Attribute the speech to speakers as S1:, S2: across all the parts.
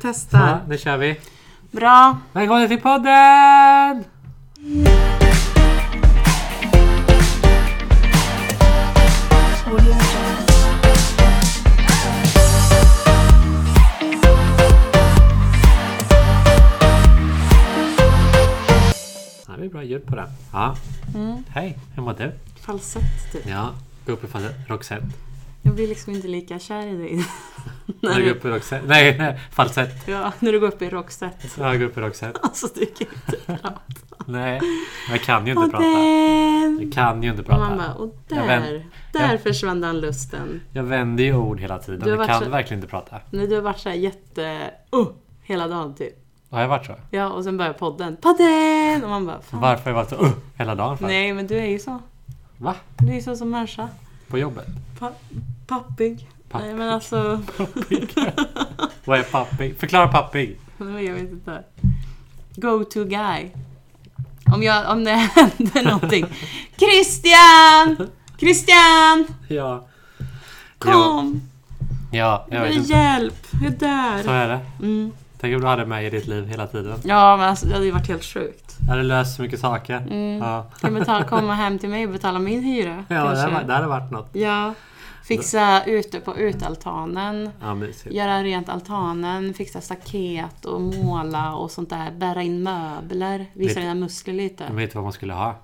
S1: Testar.
S2: Ja, nu kör vi.
S1: Bra.
S2: Välkommen till podden! Ja, det är bra ljud på den. Ja. Hej, hur mår du?
S1: Falsett typ.
S2: Ja, gå upp ifrån Roxette.
S1: Jag blir liksom inte lika kär i dig.
S2: Nej,
S1: när,
S2: gå
S1: du,
S2: upp i Roxette. Nej, nej, falsett.
S1: ja, när du går upp i rockset.
S2: Ja, gå upp i Roxette.
S1: Alltså du kan ju inte prata.
S2: Nej, jag kan ju inte
S1: Och
S2: prata.
S1: där.
S2: Jag kan ju inte
S1: Och
S2: prata.
S1: mamma, och
S2: Jag
S1: där.
S2: vänt-
S1: Där
S2: jag-
S1: försvann den lusten.
S2: Jag vänder ju ord hela tiden.
S1: Du har
S2: Jag
S1: varit
S2: kan
S1: så-
S2: verkligen inte prata.
S1: När du har varit såhär jätte... Uh, hela dagen typ.
S2: Har jag varit så?
S1: Ja, och sen börjar podden. Podden! Och man bara, fan.
S2: Varför har jag varit så uh, hela dagen? För?
S1: Nej, men du är ju så.
S2: Va?
S1: Du är ju så som människa.
S2: På jobbet?
S1: Pa- pappig.
S2: Pappig.
S1: Nej men alltså,
S2: Vad är pappig? Förklara pappig.
S1: nej, jag vet inte. Go to guy. Om, jag, om det händer någonting. Christian! Christian!
S2: Ja.
S1: Kom!
S2: Ja, jag
S1: Jag
S2: vet
S1: vill
S2: inte.
S1: hjälp! Jag är
S2: Så
S1: där!
S2: är det.
S1: Mm.
S2: Tänk om du hade mig i ditt liv hela tiden.
S1: Ja men alltså det hade ju varit helt sjukt.
S2: Jag hade löst så mycket saker.
S1: Mm.
S2: Ja,
S1: Kan betala, komma hem till mig och betala min hyra.
S2: ja det,
S1: kanske.
S2: hade, varit- det hade varit något.
S1: Ja. Fixa ute på utealtanen.
S2: Ja, mysigt.
S1: Göra rent altanen, fixa staket och måla och sånt där. Bära in möbler. Visa
S2: Vet-
S1: dina muskler lite.
S2: Men vet du vad man skulle ha?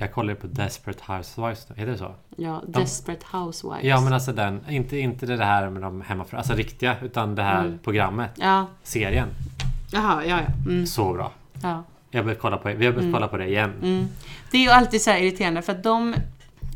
S2: Jag kollade på Desperate Housewives nu. Heter det så?
S1: Ja, Desperate Housewives.
S2: Ja men alltså den, inte, inte det här med de hemmafru, alltså riktiga, utan det här
S1: Mm.
S2: programmet,
S1: Ja,
S2: serien.
S1: jaha, ja, ja. Mm,
S2: Så bra.
S1: ja.
S2: Jag började kolla på, vi har börjat kolla på det igen.
S1: Mm. Det är ju alltid så här irriterande för att de,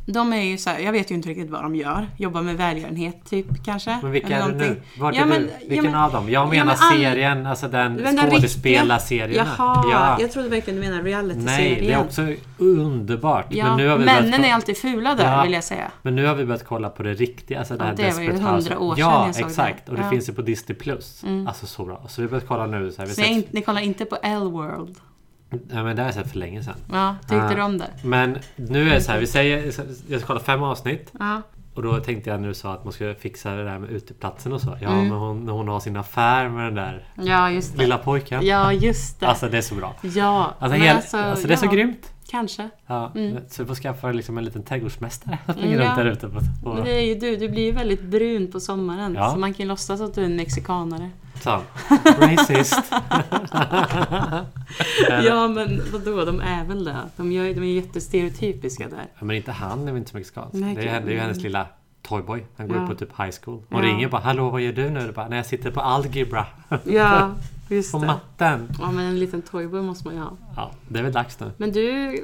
S1: de är ju så här, jag vet ju inte riktigt vad de gör. Jobbar med välgörenhet typ kanske.
S2: Men vilka
S1: eller
S2: är det nu?
S1: någonting.
S2: Vart
S1: Ja,
S2: är
S1: men-
S2: du?
S1: ja,
S2: Vilken
S1: men-
S2: av dem? Jag
S1: ja,
S2: menar
S1: men all-
S2: serien, alltså
S1: Men
S2: den
S1: den
S2: skådespelarserien.
S1: Jaha,
S2: Ja.
S1: jag trodde verkligen du menade
S2: Nej, det är
S1: realityserien.
S2: också underbart.
S1: Ja,
S2: Men, nu har vi börjat
S1: männen
S2: kolla-
S1: är alltid fula där
S2: Ja.
S1: vill jag säga.
S2: men nu har vi börjat kolla på det riktiga. Alltså
S1: Ja,
S2: det, här
S1: det var ju
S2: Desperate
S1: 100
S2: Housewives.
S1: år sedan
S2: Ja,
S1: jag såg det.
S2: exakt. Och det
S1: Ja. Mm.
S2: finns ju på Disney+. Plus. Alltså så bra. Så vi har börjat kolla nu. Så här, vi
S1: Så jag
S2: sex...
S1: in, ni kollar inte på L-World?
S2: Nej, men det har jag sett för länge sedan.
S1: Ja, tyckte
S2: Ja.
S1: du om det?
S2: Men nu är det så här, vi säger... Jag ska kolla fem avsnitt.
S1: Ja.
S2: Och då tänkte jag när du sa att man skulle fixa det där med uteplatsen och så. Ja,
S1: Mm.
S2: men hon, när hon har sin affär med den där
S1: ja, just det.
S2: lilla pojken.
S1: Ja, just det.
S2: Alltså det är så bra.
S1: ja,
S2: Alltså,
S1: men
S2: hel, alltså, det är så
S1: ja,
S2: grymt.
S1: Kanske.
S2: Ja, Så du får skaffa liksom en liten trädgårdsmästare som
S1: Mm,
S2: springer
S1: ja.
S2: runt där ute. På,
S1: Men
S2: på,
S1: det är ju du, du blir ju väldigt brun på sommaren.
S2: Ja.
S1: Så man kan ju låtsas att du är en mexikanare.
S2: så. Racist. Eller-
S1: Ja men vadå, de är väl det. De, gör, ju- de är jättestereotypiska där.
S2: Ja, Men inte han är väl inte så mexikansk.
S1: Nej,
S2: Det är, henne- det är ju
S1: mm.
S2: hennes lilla toyboy. Han går
S1: Ja.
S2: upp på typ high school. Hon
S1: Ja.
S2: ringer bara “Hallå vad gör du nu?” Du bara, “Nej jag sitter på algebra.
S1: Ja, just
S2: på
S1: det.
S2: matten”.
S1: Ja men en liten toyboy måste man ju ha.
S2: Ja, det är väl dags nu.
S1: Men du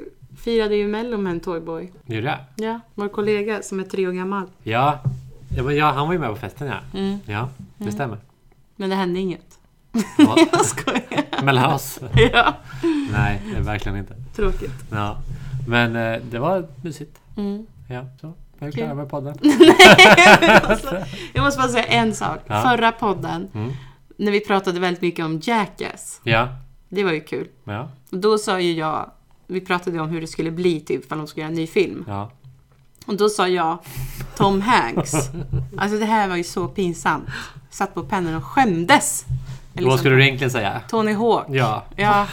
S1: firade ju mello med en toyboy.
S2: Gjorde jag?
S1: Ja, vår kollega som är tre år gammal.
S2: Ja. Ja, men ja, han var ju med på festen ja.
S1: Mm.
S2: Ja, det stämmer.
S1: Men det hände inget.
S2: Ja,
S1: Jag skojar.
S2: Mellan oss?
S1: Ja,
S2: Nej, det är verkligen inte.
S1: tråkigt.
S2: Ja. Men eh, det var mysigt.
S1: Mm.
S2: Ja, så. Jag är
S1: Kul.
S2: klar med podden.
S1: Jag måste bara säga en sak.
S2: Ja.
S1: Förra podden,
S2: Mm.
S1: när vi pratade väldigt mycket om Jackass.
S2: Ja.
S1: Det var ju kul.
S2: Ja.
S1: Och då sa ju jag, vi pratade om hur det skulle bli typ om de skulle göra en ny film.
S2: Ja.
S1: Och då sa jag Tom Hanks. Alltså det här var ju så pinsamt. Satt på pennan och skämdes. Eller
S2: Vad
S1: liksom,
S2: skulle du egentligen säga?
S1: Tony Hawk.
S2: Ja,
S1: Ja,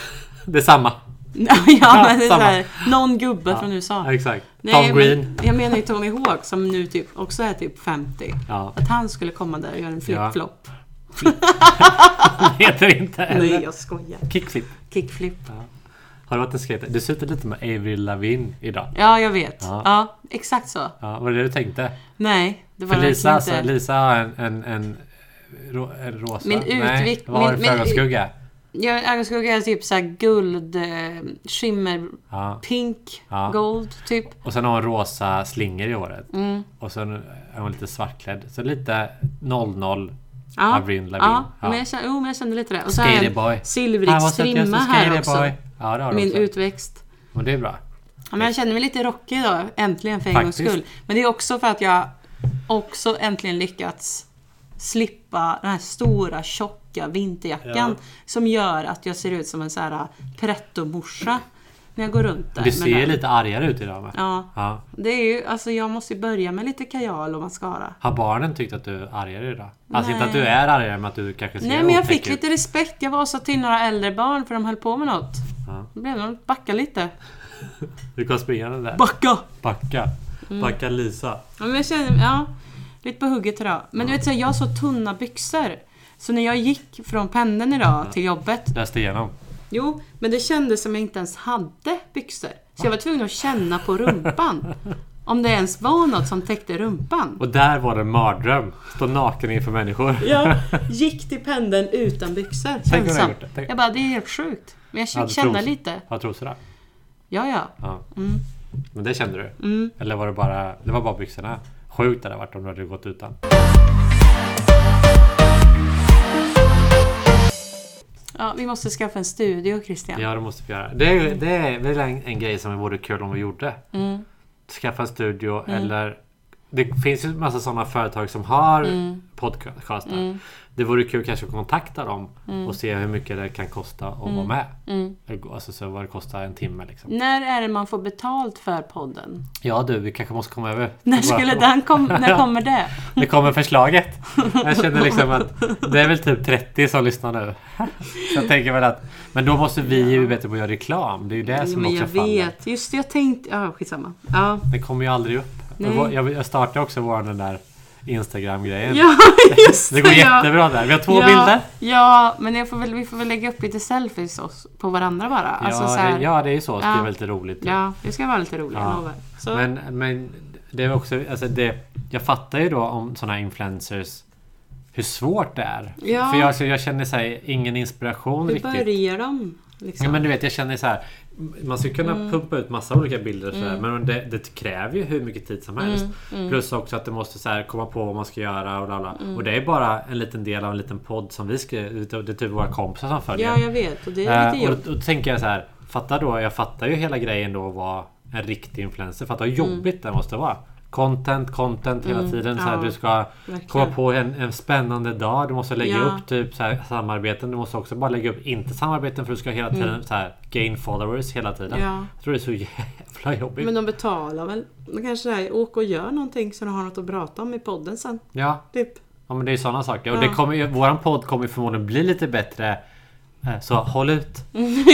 S2: detsamma.
S1: ja men det är så
S2: samma.
S1: här, någon gubbe
S2: Ja.
S1: från USA.
S2: Ja, exakt.
S1: Nej,
S2: Tom
S1: men
S2: Green.
S1: Jag menar ju Tony Hawk som nu typ också är typ 50.
S2: Ja,
S1: Att han skulle komma där och göra en flip-flop.
S2: det heter inte. Eller?
S1: Nej, jag skojar.
S2: Kickflip.
S1: Kickflip.
S2: Har du varit en skater? Du ser ut lite med Avril Lavigne idag.
S1: Ja, jag vet. Ja,
S2: Ja.
S1: exakt så.
S2: Ja, var det det du tänkte?
S1: Nej, det var
S2: För Lisa,
S1: verkligen
S2: alltså,
S1: inte.
S2: Lisa har en, en, en, rå- en rosa...
S1: Min
S2: Nej,
S1: utvik-
S2: vad har
S1: min-
S2: du
S1: min-
S2: för ögonskugga?
S1: Jag ögonskugga är typ såhär guld, eh, skimmer,
S2: Ja.
S1: pink,
S2: Ja.
S1: gold typ.
S2: Och sen har hon rosa slingor i håret.
S1: Mm.
S2: Och sen är hon lite svartklädd. Så lite 00
S1: Ja.
S2: Avril Lavigne.
S1: Ja,
S2: Ja.
S1: men jag kände, jo, men jag kände lite det. Och så har jag en
S2: Skaterboy. I
S1: silvrig
S2: was a
S1: strimma
S2: just a
S1: här också.
S2: skaterboy. Ja, det har du
S1: Min
S2: också.
S1: utväxt.
S2: Men det är bra.
S1: Ja, men jag känner mig lite rockig idag, äntligen för en gångs
S2: Faktiskt.
S1: skull. Men det är också för att jag också äntligen lyckats slippa den här stora tjocka vinterjackan
S2: Ja.
S1: som gör att jag ser ut som en så här äh, pretto-morsa. När jag går runt där.
S2: Du
S1: med
S2: ser
S1: den.
S2: lite argare ut idag med.
S1: Ja.
S2: Ja.
S1: Det är ju, alltså jag måste ju börja med lite kajal och mascara.
S2: Har barnen tyckt att du är argare idag? Alltså
S1: Nej.
S2: inte att du är argare men att du kanske ser
S1: Nej men jag
S2: otäck
S1: fick
S2: ut.
S1: lite respekt. Jag var så till några äldre barn för de höll på med något.
S2: Ja.
S1: Då blev de backa lite.
S2: Du kom springande där.
S1: Backa!
S2: Backa.
S1: Mm.
S2: Backa Lisa.
S1: Ja, men jag känner, ja, lite på hugget idag. Men du vet, så här, jag har så tunna byxor. Så när jag gick från pendeln idag till jobbet.
S2: Läste igenom.
S1: Jo, men det kändes som jag inte ens hade byxor. Så jag var tvungen att känna på rumpan. Om det ens var något som täckte rumpan.
S2: Och där var det en mardröm. Stå naken inför människor.
S1: Jag gick till pendeln utan byxor.
S2: Tänk om jag
S1: ensam.
S2: gjort det. Tänk-
S1: Jag bara, det är helt sjukt. Men jag
S2: Hade
S1: fick känna
S2: trosor.
S1: lite.
S2: Har trosor där?
S1: Ja, ja.
S2: Ja.
S1: Mm.
S2: Men det kände du?
S1: Mm.
S2: Eller var det bara, det var bara byxorna? Sjukt det hade varit om du hade gått utan.
S1: ja. Vi måste skaffa en studio, Christian.
S2: Ja, det måste vi göra. Det är, det är väl en, en grej som vore kul om vi gjorde.
S1: Mm.
S2: Skaffa en studio eller... Det finns ju en massa sådana företag som har
S1: Mm.
S2: podcaster. Det vore kul kanske att kontakta dem och se hur mycket det kan kosta att vara med.
S1: Mm.
S2: Alltså så vad det kostar en timme liksom.
S1: När är det man får betalt för podden?
S2: Ja du, vi kanske måste komma över.
S1: När
S2: Det bara-
S1: skulle den kom, När kommer det?
S2: Det kommer förslaget. Jag känner liksom att det är väl typ 30 som lyssnar nu. Så jag tänker väl att... Men då måste vi ju bli bättre på att göra reklam. Det är ju det som
S1: men
S2: också
S1: jag
S2: faller.
S1: vet. Just det, jag tänkte... Ja, skitsamma. Ja.
S2: Det kommer ju aldrig upp.
S1: Nej.
S2: Jag- Jag, jag startade också vår den där Instagram-grejen.
S1: Ja, just det.
S2: det går
S1: ja.
S2: jättebra där. Vi har två
S1: ja,
S2: bilder.
S1: Ja, men jag får väl, vi får väl lägga upp lite selfies oss, på varandra bara. Ja, alltså,
S2: ja,
S1: så här,
S2: det,
S1: ja.
S2: ja, det är ju så. Det är
S1: Ja.
S2: väldigt roligt.
S1: det ska vara lite roligt,
S2: Ja.
S1: jag lovar. Så,
S2: Men, men det är också... Alltså det, jag fattar ju då om sådana influencers hur svårt det är.
S1: Ja.
S2: För jag, alltså, jag känner så här, ingen inspiration
S1: hur
S2: riktigt.
S1: börjar de? Liksom?
S2: Ja, men du vet, jag känner så här. Man skulle kunna
S1: Mm.
S2: pumpa ut massa olika bilder och så här, men det, det kräver ju hur mycket tid
S1: Mm,
S2: som helst. Plus också att det måste så här, komma på vad man ska göra och bla bla.
S1: Mm.
S2: Och det är bara en liten del av en liten podd som vi ska... Det är typ våra kompisar som följer.
S1: ja, jag vet. Och det är lite
S2: Eh, och
S1: jobb.
S2: då, då tänker jag så här. Fatta då, jag fattar ju hela grejen då att vara en riktig influencer. Fatta hur
S1: Mm.
S2: jobbigt det måste vara. Content, content hela tiden. Så här,
S1: ja,
S2: du ska
S1: verkligen.
S2: komma på en, en spännande dag. Du måste lägga
S1: Ja.
S2: upp typ så här, samarbeten. Du måste också bara lägga upp inte samarbeten för du ska hela tiden så här, gain followers hela tiden.
S1: Mm. Ja.
S2: Jag tror det är så jävla jobbigt.
S1: Men de betalar väl? De kanske är, åk och gör någonting så de har något att prata om i podden sen.
S2: Ja,
S1: Typ.
S2: ja, men det är sådana saker. Och
S1: Ja.
S2: det kommer, ju- våran podd kommer ju förmodligen bli lite bättre. Eh, Så håll ut!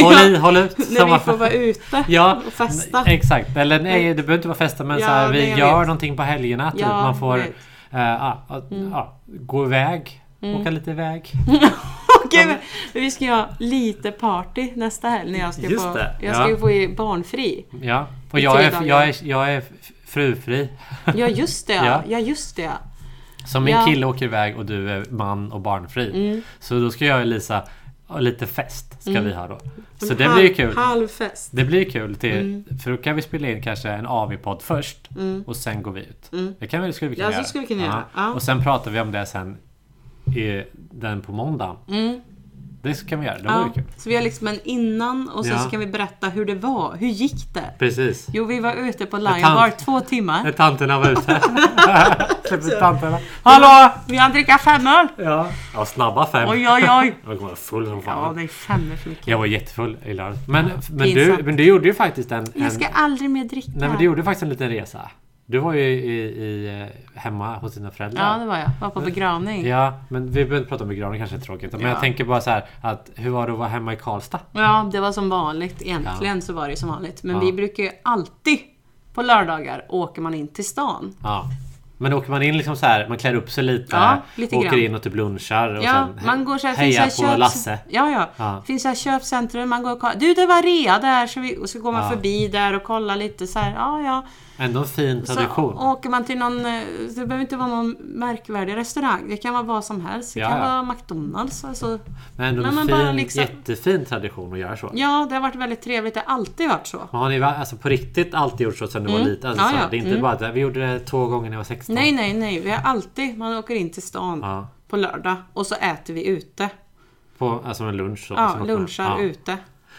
S2: Håll i, håll ut!
S1: När vi
S2: Samma-
S1: får vara ute
S2: Ja,
S1: och festa.
S2: Exakt, eller nej, det behöver inte vara festa men
S1: Ja,
S2: så här, vi
S1: nej, jag
S2: gör
S1: vet.
S2: någonting på helgerna. Typ.
S1: Ja, Mm.
S2: Man får
S1: jag vet.
S2: eh, ja, att- ja, gå iväg,
S1: Mm.
S2: åka lite iväg.
S1: Okej, men vi ska ha lite party nästa helg när jag ska
S2: Just
S1: få...
S2: det,
S1: Jag ska ju
S2: ja.
S1: få i barnfri.
S2: Ja. Och
S1: I
S2: jag
S1: tre
S2: är,
S1: dagar.
S2: jag, är, jag är frufri.
S1: Ja, just det
S2: Ja.
S1: ja. Ja, just det ja.
S2: Så min
S1: Ja. Mm.
S2: kille åker iväg och du är man och barnfri. Så då ska jag och Lisa ha lite fest.
S1: Mm.
S2: Ska vi ha då. Så
S1: En
S2: det
S1: halv-
S2: blir ju kul.
S1: Halv fest.
S2: Det blir kul till,
S1: Mm.
S2: för då kan vi spela in kanske en AV-podd först och sen går vi ut. Det kan vi, skulle vi kunna
S1: Mm. Ja, så
S2: göra.
S1: skulle vi kunna göra. Ja.
S2: Och sen pratar vi om det sen i den på måndagen.
S1: Mm.
S2: Det kan vi göra, det vore
S1: Ja.
S2: kul.
S1: Så vi har liksom en innan och sen
S2: Ja.
S1: så kan vi berätta hur det var. Hur gick det?
S2: Precis.
S1: Jo, vi var ute på
S2: tant.
S1: Lion Bar två timmar.
S2: När tanterna var ute. Släpp ut tanterna. Hallå!
S1: Vi hann dricka femöl!
S2: Ja. ja, snabba fem.
S1: Oj, oj, oj!
S2: Jag var full som
S1: Ja,
S2: fan.
S1: det är fem är för mycket.
S2: Jag var jättefull i lördags. Men, men, du,
S1: Pinsamt.
S2: men du gjorde ju faktiskt en... en
S1: Jag ska aldrig mer dricka.
S2: nej, men du gjorde faktiskt en liten resa. Du var ju i, i, eh, hemma hos dina föräldrar.
S1: Ja, det var jag. Var på begravning. Ja,
S2: Ja, men vi behöver inte prata om begravning kanske är tråkigt. Men
S1: Ja.
S2: jag tänker bara så här att hur var det att vara hemma i Karlstad?
S1: det var som vanligt. Egentligen så var det som vanligt. Men
S2: Ja.
S1: vi brukar ju alltid på lördagar åker man in till stan.
S2: Ja. Men åker man in liksom så här, man klär upp sig lite,
S1: Ja, lite
S2: åker
S1: grann.
S2: in och typ lunchar och
S1: Ja,
S2: sen
S1: man går så här,
S2: hejar
S1: finns så
S2: på
S1: här köp-
S2: Lasse.
S1: Ja, ja.
S2: Ja.
S1: Finns så här köpcentrum, man går och kollar. Du, det var rea där! Så, vi, och så går man
S2: Ja.
S1: förbi där och kollar lite så här. Ja, ja.
S2: Ändå en fin
S1: Så
S2: tradition.
S1: åker man till någon, eh, det behöver inte vara någon märkvärdig restaurang. Det kan vara vad som helst. Det
S2: Ja,
S1: kan
S2: ja.
S1: vara McDonalds. Alltså.
S2: men ändå
S1: Nej,
S2: en
S1: men bara
S2: fin,
S1: liksom-
S2: jättefin tradition att göra så.
S1: Ja, det har varit väldigt trevligt. Det har alltid varit så.
S2: Men har ni va- alltså, på riktigt alltid gjort så sen du var liten? Alltså,
S1: Mm. Ja,
S2: så här,
S1: ja.
S2: Det är inte bara att vi gjorde det två gånger när jag var 16.
S1: Nej, nej, nej. Vi har alltid, man åker in till stan
S2: Ja.
S1: på lördag och så äter vi ute.
S2: På, alltså en lunch. Så,
S1: Ja,
S2: så något
S1: lunchar
S2: med- ja.
S1: ute.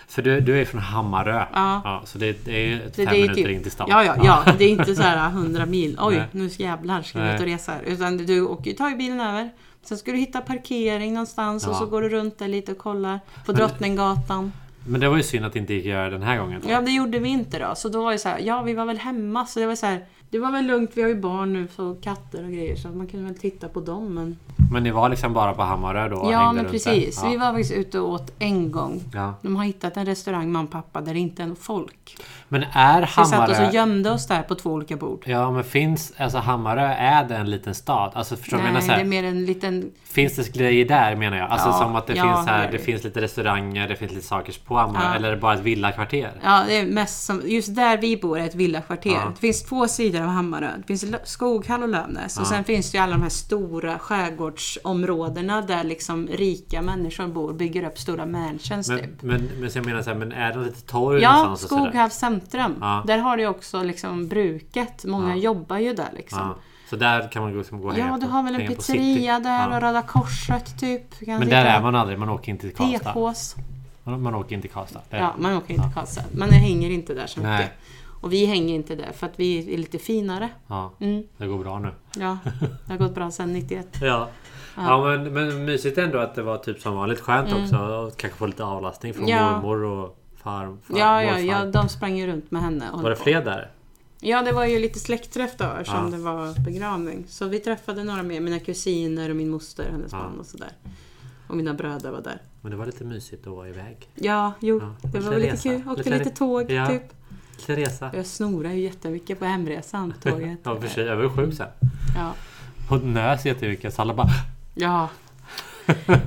S2: För du, du är från Hammarö.
S1: Ja.
S2: så det, det är ju ett
S1: Det,
S2: fem
S1: det är ju
S2: minuter
S1: typ,
S2: in till stan.
S1: ja, ja, ja, det är inte så här 100 mil. Oj,
S2: Nej.
S1: nu jävlar ska vi ut och
S2: Nej.
S1: resa här. Utan du åker, tar ju bilen över. Sen ska du hitta parkering någonstans och
S2: Ja.
S1: så går du runt där lite och kollar. På Drottninggatan.
S2: Men det var ju synd att det inte gick att göra den här gången.
S1: Ja, det gjorde vi inte då. Så då var det så här, ja vi var väl hemma. Så det var så här, det var väl lugnt, vi har ju barn nu så katter och grejer. Så man kunde väl titta på dem. Men...
S2: Men ni var liksom bara på Hammarö då? och
S1: Ja,
S2: hängde
S1: men
S2: runt
S1: precis.
S2: där? Ja.
S1: Vi var faktiskt ute och åt en gång.
S2: Ja.
S1: De har hittat en restaurang, mamma och pappa, där det inte är något folk.
S2: Men är
S1: Så vi satt oss
S2: Hammarö...
S1: och gömde oss där på två olika bord.
S2: Ja men finns... Alltså Hammarö, är det en liten stad? Alltså förstår du vad jag
S1: Nej,
S2: menar? Så
S1: det
S2: här,
S1: är mer en liten...
S2: Finns det grejer där menar jag? Alltså
S1: Ja,
S2: som att det
S1: ja,
S2: finns
S1: det
S2: här,
S1: är
S2: det,
S1: det.
S2: finns lite restauranger, det finns lite saker på Hammarö.
S1: Ja.
S2: Eller är det bara ett villakvarter?
S1: Ja, det är mest som, just där vi bor är ett villakvarter.
S2: Ja.
S1: Det finns två sidor av Hammarö. Det finns Lö- Skoghall och Lövnäs. Och
S2: Ja.
S1: sen finns det ju alla de här stora skärgårdsområdena där liksom rika människor bor bygger upp stora mansions typ.
S2: Men, men, men så jag menar så här, men är det lite torg
S1: Ja,
S2: någonstans? och sådär?
S1: Skoghalls centrum.
S2: Ja.
S1: Där har du ju också liksom bruket. Många
S2: Ja.
S1: jobbar ju där liksom.
S2: Ja. Så där kan man gå- liksom gå och
S1: Ja,
S2: hänga
S1: du
S2: på-
S1: har väl en
S2: hänga på
S1: pizzeria
S2: city.
S1: där
S2: Ja.
S1: och Röda Korset typ. Du kan
S2: Men
S1: titta
S2: där är
S1: på
S2: man aldrig, man åker inte till Karlstad.
S1: PKs.
S2: Man, man åker inte till Karlstad. Det är-
S1: Ja, man åker inte till Karlstad. Men jag hänger inte där så mycket.
S2: Nej.
S1: Och vi hänger inte där för att vi är lite finare.
S2: Ja,
S1: Mm,
S2: det går bra nu.
S1: ja, det har gått bra sedan 91.
S2: Ja, ja men, men mysigt ändå att det var typ som vanligt skönt också. Och kanske få lite avlastning från
S1: Mm. Ja.
S2: mormor och far, far,
S1: Ja, ja,
S2: morfar.
S1: ja, de sprang ju runt med henne. och-
S2: Var det fler där?
S1: Ja, det var ju lite släktträff då eftersom
S2: Ja.
S1: det var begravning. Så vi träffade några mer, mina kusiner och min moster och hennes
S2: Ja.
S1: man och sådär. Och mina bröder var där.
S2: Men det var lite mysigt att vara iväg.
S1: Ja, jo,
S2: Ja,
S1: Mm. det var
S2: lite
S1: väl lite
S2: resa.
S1: kul. Åkte
S2: Lite-
S1: lite tåg
S2: ja.
S1: typ.
S2: Lite resa.
S1: Jag snorade ju jättemycket på hemresan, på tåget.
S2: Ja, för sig, jag var ju sjuk sen.
S1: ja.
S2: Och nös jättemycket så alla bara
S1: Ja.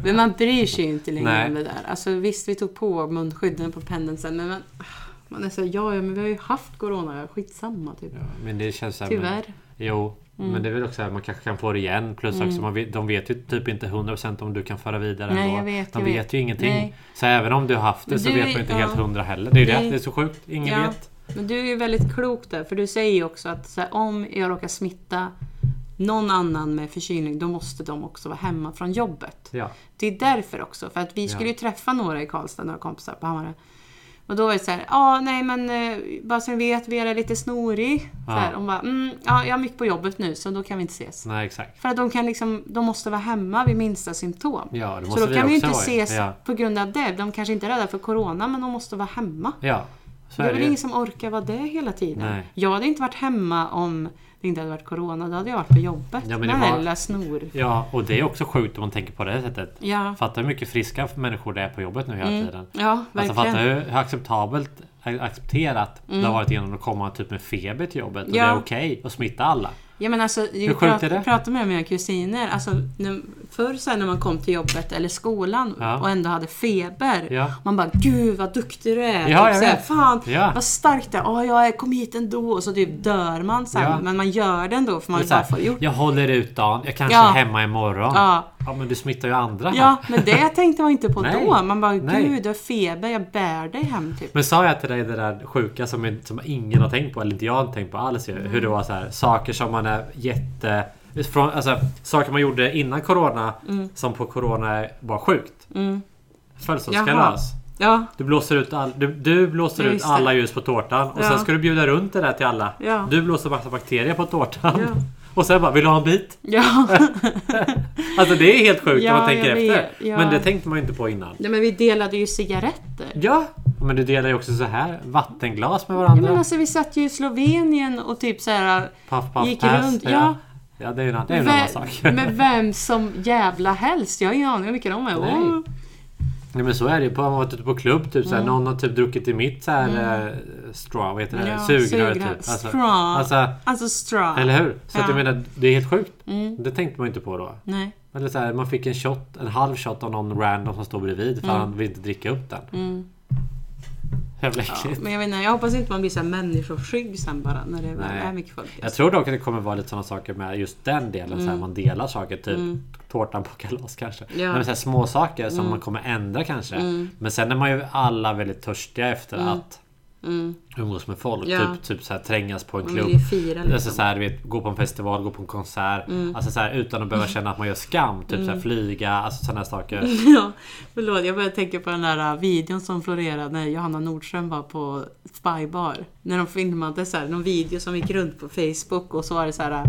S1: Men man bryr sig ju inte längre
S2: Nej.
S1: om det där. Alltså visst, vi tog på munskydden på pendeln sen, men man, man är så här, ja, ja, men vi har ju haft corona, skitsamma typ.
S2: ja, Men det känns så här, Men,
S1: Tyvärr. Mm.
S2: jo, men det är väl också att man kanske kan få det igen. Plus också, man vet, de vet ju typ inte 100% om du kan föra vidare
S1: Nej,
S2: ändå.
S1: jag vet,
S2: de
S1: jag
S2: vet,
S1: vet.
S2: ju ingenting.
S1: Nej.
S2: Så även om du har haft det
S1: Men
S2: så
S1: du
S2: vet
S1: är-
S2: man inte
S1: ja.
S2: helt hundra heller. Det är ju det,
S1: Nej.
S2: det är så sjukt. Ingen
S1: Ja.
S2: vet.
S1: Men du är ju väldigt klok där, för du säger ju också att så här, om jag råkar smitta någon annan med förkylning, då måste de också vara hemma från jobbet.
S2: Ja.
S1: Det är därför också, för att vi skulle
S2: Ja.
S1: ju träffa några i Karlstad, några kompisar på Hammarö. Och då var det så här, ja nej men eh, bara så ni vet, Vera är lite snorig. Så
S2: Ja.
S1: här, hon bara, mm, ja jag har mycket på jobbet nu så då kan vi inte ses.
S2: Nej, exakt.
S1: För att de, kan liksom, de måste vara hemma vid minsta symptom.
S2: Ja, det
S1: så
S2: måste
S1: då
S2: vi
S1: kan vi ju
S2: också
S1: inte
S2: vara i.
S1: ses
S2: Ja.
S1: på grund av det. De kanske inte är rädda för Corona men de måste vara hemma.
S2: Ja, så
S1: det är
S2: är det
S1: väl
S2: ju.
S1: ingen som orkar vara det hela tiden.
S2: Nej.
S1: Jag hade inte varit hemma om det inte hade varit Corona. Då hade jag varit på jobbet.
S2: Ja,
S1: Ja,
S2: men
S1: men
S2: det
S1: den
S2: var-
S1: här lilla snor.
S2: Ja, och det är också sjukt om man tänker på det här sättet.
S1: Ja,
S2: Fattar hur mycket friska människor det är på jobbet nu hela tiden.
S1: ja
S2: Alltså
S1: Mm. verkligen. Mm.
S2: fatta hur hur acceptabelt, accepterat det har varit genom att komma typ med feber till jobbet. Och
S1: Ja.
S2: det är okej att smitta alla.
S1: Ja, men alltså, jag
S2: sjukt
S1: prat,
S2: är det?
S1: pratar med mina kusiner. Alltså, när, förr så här, när man kom till jobbet eller skolan
S2: Ja.
S1: och ändå hade feber.
S2: Ja,
S1: Man bara Gud vad duktig du är!
S2: Ja, jag
S1: typ, så här,
S2: vet.
S1: Fan
S2: ja.
S1: vad stark du är! Åh, jag är- kom hit ändå! Och så typ dör man sen.
S2: Ja.
S1: Men man gör det ändå för man
S2: Det är
S1: vill
S2: så här,
S1: bara få det gjort.
S2: jag håller ut dagen, jag kanske
S1: Ja.
S2: är hemma imorgon. Ja.
S1: Ja.
S2: men du smittar ju andra. här.
S1: ja, men det tänkte man inte på
S2: Nej.
S1: då. Man bara
S2: Nej.
S1: Gud, du har feber, jag bär dig hem typ.
S2: Men sa jag till dig det där sjuka som, är- som ingen har tänkt på, eller inte jag har tänkt på alls ju, Hur det
S1: Mm.
S2: var så här, saker som man är jätte... Från, alltså, saker man gjorde innan corona som på corona var sjukt.
S1: Mm.
S2: Födelsedagskalas.
S1: Ja,
S2: Du blåser ut, all, du, du blåser
S1: Ja,
S2: ut
S1: just det.
S2: alla ljus på tårtan och
S1: Ja.
S2: sen ska du bjuda runt det där till alla.
S1: Ja.
S2: Du blåser massa bakterier på tårtan.
S1: Ja.
S2: Och sen bara, vill du ha en bit?
S1: ja.
S2: Alltså det är helt sjukt
S1: Ja,
S2: om man tänker
S1: jag
S2: efter.
S1: vet. Ja.
S2: Men det tänkte man ju inte på innan.
S1: Nej, men vi delade ju cigaretter.
S2: Ja, men du delar ju också så här vattenglas med
S1: Ja,
S2: varandra.
S1: men alltså, vi satt ju i Slovenien och typ så här
S2: Puff, puff,
S1: Gick
S2: pass.
S1: runt,
S2: ja. Ja, det är ju en, ann- det är ju en annan
S1: Vem-
S2: sak.
S1: Men vem som jävla helst. Jag har ingen aning om vilka de är.
S2: Nej.
S1: Åh.
S2: Nej, men så är det ju. På- Man har varit ute på klubb, typ, såhär, någon har typ druckit i mitt såhär, eh, straw, vad heter det?
S1: Ja,
S2: sugrör typ.
S1: sugrör.
S2: Alltså,
S1: Straw.
S2: alltså,
S1: Alltså straw.
S2: eller hur? Så att jag
S1: Ja.
S2: menar, det är helt sjukt.
S1: Mm.
S2: Det tänkte man ju inte på då.
S1: Nej.
S2: Eller så man fick en shot, en halv shot av någon random som står bredvid för han vill inte dricka upp den.
S1: Mm.
S2: Jävla
S1: Ja,
S2: äckligt.
S1: men jag, vet inte, jag hoppas inte man blir så här människoskygg sen bara när det väl
S2: Nej.
S1: är mycket folk.
S2: Jag tror dock att det kommer vara lite sådana saker med just den delen. Så man delar saker, typ
S1: Mm.
S2: tårtan på kalas kanske.
S1: Ja.
S2: Nej, men så små saker som man kommer ändra kanske.
S1: Mm.
S2: Men sen är man ju alla väldigt törstiga efter att
S1: Mm.
S2: umgås med folk.
S1: Ja.
S2: Typ, typ så trängas på en
S1: Man
S2: klubb.
S1: vill ju fira
S2: Alltså
S1: liksom.
S2: så du vet, gå på en festival, gå på en konsert.
S1: Mm.
S2: Alltså så utan att behöva känna att man gör skam. Typ så flyga, alltså sådana saker.
S1: Ja, förlåt, jag började tänka på den där äh, videon som florerade när Johanna Nordström var på Spybar. När de filmade så här, någon video som gick runt på Facebook och så var det så här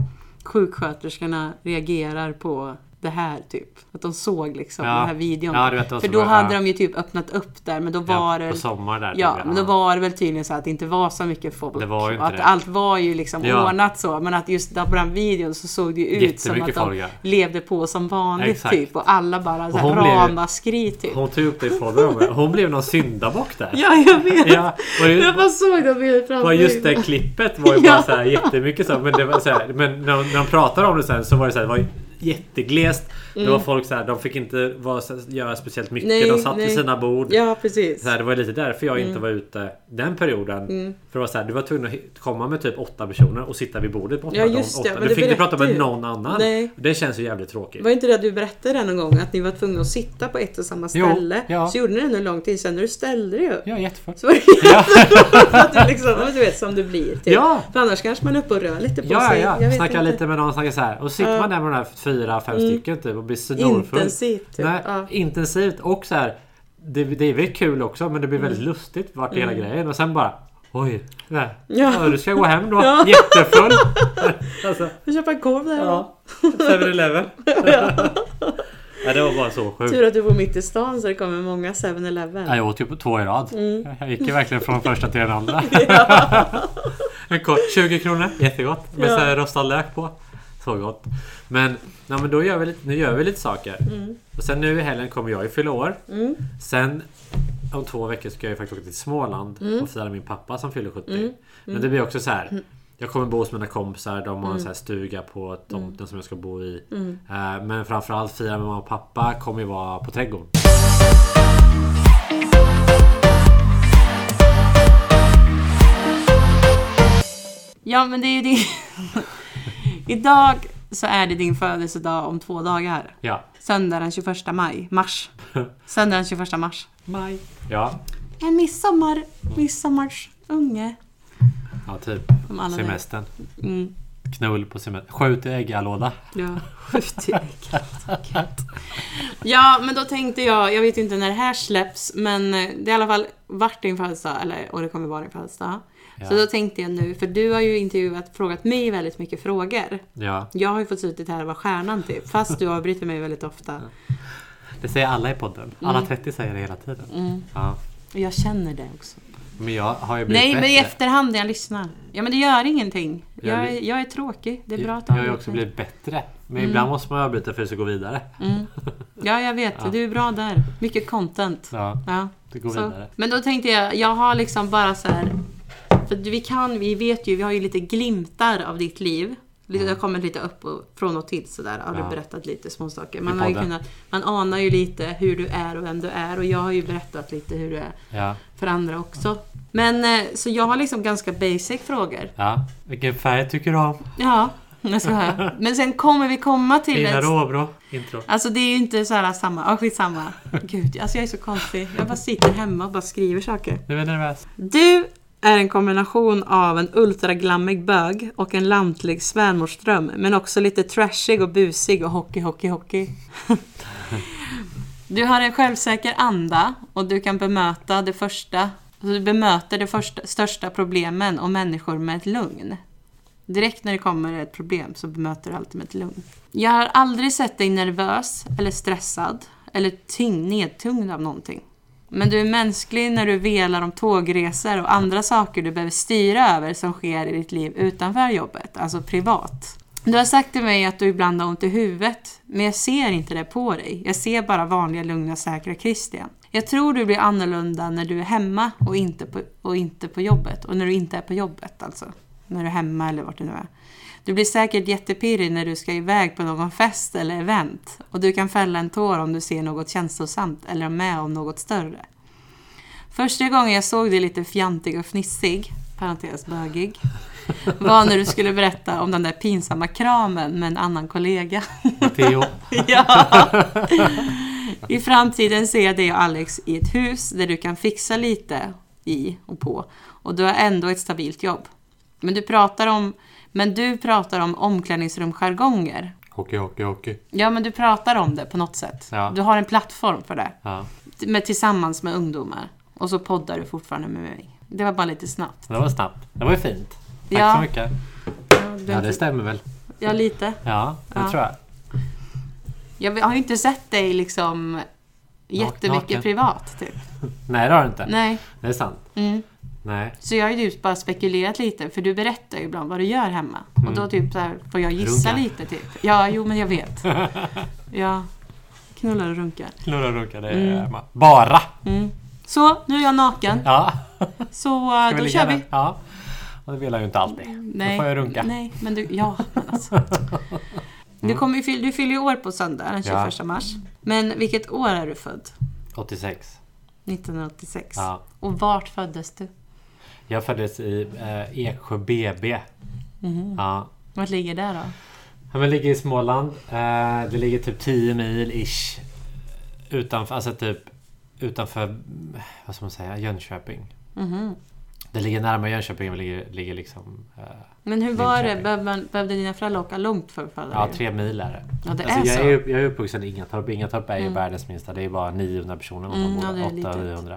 S1: sjuksköterskorna äh, reagerar på det här typ. Att de såg liksom
S2: Ja.
S1: den här videon.
S2: Ja, du vet, det var
S1: För
S2: så
S1: då
S2: bra,
S1: hade
S2: ja.
S1: de ju typ öppnat upp där men då var
S2: Ja,
S1: det...
S2: på sommar där.
S1: Ja,
S2: typ,
S1: men då var det väl tydligen så att det inte var så mycket folk.
S2: Det var ju
S1: och
S2: inte
S1: att
S2: det.
S1: allt var ju liksom
S2: Ja.
S1: ordnat så. Men att just där på den videon så såg det ju ut som att de
S2: Jättemycket folk, ja.
S1: levde på som vanligt
S2: Exakt.
S1: typ. Och alla bara så
S2: Och
S1: här
S2: hon blev-
S1: ramaskri typ.
S2: Hon tog upp det i podden. om det. Hon blev någon syndabock där.
S1: Ja, jag vet.
S2: Ja, och ju-
S1: Jag bara såg de bilderna framför
S2: bara just
S1: mig.
S2: det klippet var ju
S1: Ja.
S2: bara så här jättemycket så. här, Men, det var så här, men när, de- när de pratade om det sen så var det så här, det var jätteglest. Det var folk så här, de fick inte vara, så- göra speciellt mycket.
S1: Mm. Nej,
S2: de satt
S1: nej.
S2: vid sina bord.
S1: Ja, Mm. precis.
S2: Så här, det var lite därför jag inte var ute den perioden.
S1: Mm.
S2: För det var så här, du var tvungen att hi- komma med typ åtta personer och sitta vid bordet på åtta.
S1: Ja, just det,
S2: de- åtta.
S1: men
S2: Du
S1: det
S2: fick inte prata
S1: berättar
S2: med
S1: ju.
S2: någon annan.
S1: Nej.
S2: Det känns ju jävligt tråkigt.
S1: Var inte det att du berättade det någon gång? Att ni var tvungna att sitta på ett och samma
S2: Jo,
S1: ställe.
S2: ja.
S1: Så gjorde ni det under lång tid. Sen när du ställde dig upp.
S2: Ja, jättefort.
S1: Så var det jätteroligt att du liksom, ja, men du vet som du blir. Typ.
S2: Ja.
S1: För annars kanske man är uppe och rör lite på
S2: Ja,
S1: sig.
S2: ja,
S1: Jag
S2: ja.
S1: vet
S2: Snacka
S1: inte. Mm.
S2: lite med någon. Snacka så här. Och sitter man där med de här fyra, fem stycken typ och blir snorfull.
S1: Intensivt. Typ.
S2: Nej,
S1: Ja.
S2: Intensivt och så här. Det, det är väl kul också men det blir
S1: Mm.
S2: väldigt lustigt vart hela grejen och sen bara Oj! Nej.
S1: Ja.
S2: Ja. du ska gå hem då.
S1: Ja.
S2: Jättefull! alltså,
S1: Får köpa en korv där.
S2: ja. 7-Eleven. ja, det var bara så sjukt.
S1: Tur att du bor mitt i stan så det kommer många 7-Eleven.
S2: Ja, jag åt ju på två i rad. Jag gick ju verkligen från första till den andra. en kort 20 kronor, jättegott. Med
S1: Ja.
S2: så här rostad lök på. Så gott. Men, ja, men då gör vi lite, nu gör vi lite saker. Och sen nu i helgen kommer jag ju fylla år. Sen om två veckor ska jag ju faktiskt åka till Småland och fira min pappa som fyller 70. Men det blir också så här. Jag kommer bo hos mina kompisar, de har en så här stuga på tomten som jag ska bo i. Eh, Men framförallt fira med mamma och pappa kommer ju vara på trädgården.
S1: Ja, men det är ju din... Idag så är det din födelsedag om två dagar.
S2: Ja.
S1: Söndag den 21 maj. Mars. Söndag den 21 mars.
S2: Maj. Ja,
S1: En midsommar, midsommarsunge.
S2: ja typ.
S1: Som alla vet.
S2: Semestern.
S1: Mm.
S2: Knull på semestern. Skjut i äggalåda.
S1: Ja, sjukt Ja, men då tänkte jag, jag vet inte när det här släpps, men det är i alla fall vart din födelsedag, eller, och det kommer vara din födelsedag.
S2: Ja.
S1: Så då tänkte jag nu, för du har ju intervjuat, frågat mig väldigt mycket frågor.
S2: Ja,
S1: Jag har ju fått suttit här och vara stjärnan typ, fast du avbryter mig väldigt ofta.
S2: det säger alla i podden.
S1: Mm.
S2: Alla 30 säger det hela tiden. Ja.
S1: Och jag känner det också.
S2: Men jag har ju blivit
S1: Nej, men i
S2: bättre.
S1: efterhand när jag lyssnar. Ja, men det gör ingenting.
S2: Jag
S1: Jag,
S2: li-
S1: är- jag är tråkig. Det är bra att
S2: jag har ju
S1: avbryta.
S2: också blivit bättre. Men
S1: Mm.
S2: ibland måste man avbryta för att det ska gå vidare.
S1: Ja, jag vet. Du är bra där. Mycket content.
S2: Ja,
S1: Ja.
S2: det går
S1: Så.
S2: vidare.
S1: Men då tänkte jag, jag har liksom bara så här. För vi kan, vi vet ju, vi har ju lite glimtar av ditt liv. Lite- Det har kommit lite upp och från och till sådär. Har
S2: Mm. Ja.
S1: du berättat lite småsaker. Man, har ju
S2: podden.
S1: kunnat, man anar ju lite hur du är och vem du är. Och jag har ju berättat lite hur du är
S2: Ja.
S1: för andra också. Men eh, så jag har liksom ganska basic frågor.
S2: ja. Vilken färg tycker du om?
S1: Ja, jag ska här. Men sen kommer vi komma till
S2: Gillar
S1: ett...
S2: du Åbro? Intro.
S1: Alltså det är ju inte så här samma, ja skitsamma. Gud, alltså jag är så konstig. Jag bara sitter hemma och bara skriver saker.
S2: Nu är jag nervös.
S1: Du är en kombination av en ultraglammig bög och en lantlig svärmorsdröm, men också lite trashig och busig och hockey, hockey, hockey. Du har en självsäker anda och du kan bemöta det första, alltså du bemöter de första, största problemen och människor med ett lugn. Direkt när det kommer ett problem så bemöter du alltid med ett lugn. Jag har aldrig sett dig nervös eller stressad eller tyng, nedtyngd av någonting. Men du är mänsklig när du velar om tågresor och andra saker du behöver styra över som sker i ditt liv utanför jobbet, alltså privat. Du har sagt till mig att du ibland har ont i huvudet, men jag ser inte det på dig. Jag ser bara vanliga, lugna, säkra Christian. Jag tror du blir annorlunda när du är hemma och inte på, och inte på jobbet. Och när du inte är på jobbet alltså. När du är hemma eller vart du nu är. Du blir säkert jättepirrig när du ska iväg på någon fest eller event. Och du kan fälla en tår om du ser något känslosamt eller är med om något större. Första gången jag såg dig lite fjantig och fnissig, parentes bögig, var när du skulle berätta om den där pinsamma kramen med en annan kollega.
S2: Matteo.
S1: Ja. I framtiden ser jag dig och Alex i ett hus där du kan fixa lite i och på och du har ändå ett stabilt jobb. Men du pratar om, men du pratar om omklädningsrumsjargonger.
S2: Hockey, hockey, hockey.
S1: Ja, men du pratar om det på något sätt.
S2: Ja.
S1: Du har en plattform för det
S2: Ja.
S1: med, tillsammans med ungdomar. Och så poddar du fortfarande med mig. Det var bara lite snabbt.
S2: Det var snabbt. Det var ju fint. Tack
S1: Ja.
S2: så mycket.
S1: Ja,
S2: Ja, det stämmer väl.
S1: ja lite.
S2: Ja, det
S1: Ja.
S2: tror jag.
S1: Jag har ju inte sett dig liksom jättemycket
S2: naken.
S1: privat. Typ.
S2: Nej det har du inte.
S1: Nej.
S2: Det är sant.
S1: Mm.
S2: Nej.
S1: Så jag har ju typ bara spekulerat lite, för du berättar ju ibland vad du gör hemma. Och då typ så här får jag gissa
S2: Mm. Runka.
S1: lite. Typ. Ja, jo men jag vet. Jag knullar och runkar.
S2: Knulla och runka det är hemma. Bara!
S1: Mm. Så, nu är jag naken.
S2: Ja.
S1: Så eh,
S2: Ska
S1: då
S2: ligga
S1: kör
S2: där?
S1: vi.
S2: Ja. Och det vill jag ju inte alltid. Då får jag runka. Mm.
S1: Nej, men du, ja, men alltså. Du, kommer, ju fyll- du fyller ju år på söndag, den 21
S2: Ja.
S1: mars. Men vilket år är du född?
S2: 86.
S1: 1986.
S2: Ja.
S1: Och vart föddes du?
S2: Jag föddes i eh, Eksjö BB.
S1: Mhm.
S2: Ja.
S1: Vart ligger det då?
S2: Ja, men ligger i Småland. Eh, det ligger typ 10 mil ish. Utanför, alltså typ utanför, mm, vad ska man säga, Jönköping.
S1: Mhm.
S2: Det ligger närmare Jönköping men ligger, ligger liksom... Eh,
S1: Men hur var det?
S2: Linköping.
S1: Behövde, man, behövde dina föräldrar åka långt för att föda
S2: ja,
S1: dig?
S2: tre mil är det.
S1: Ja, det
S2: alltså,
S1: är
S2: jag,
S1: så.
S2: är, upp- jag är uppvuxen i Ingatorp. Ingatorp är ju världens minsta. Det är bara 900 personer om
S1: Mm,
S2: man
S1: ja, det är
S2: bor
S1: litet.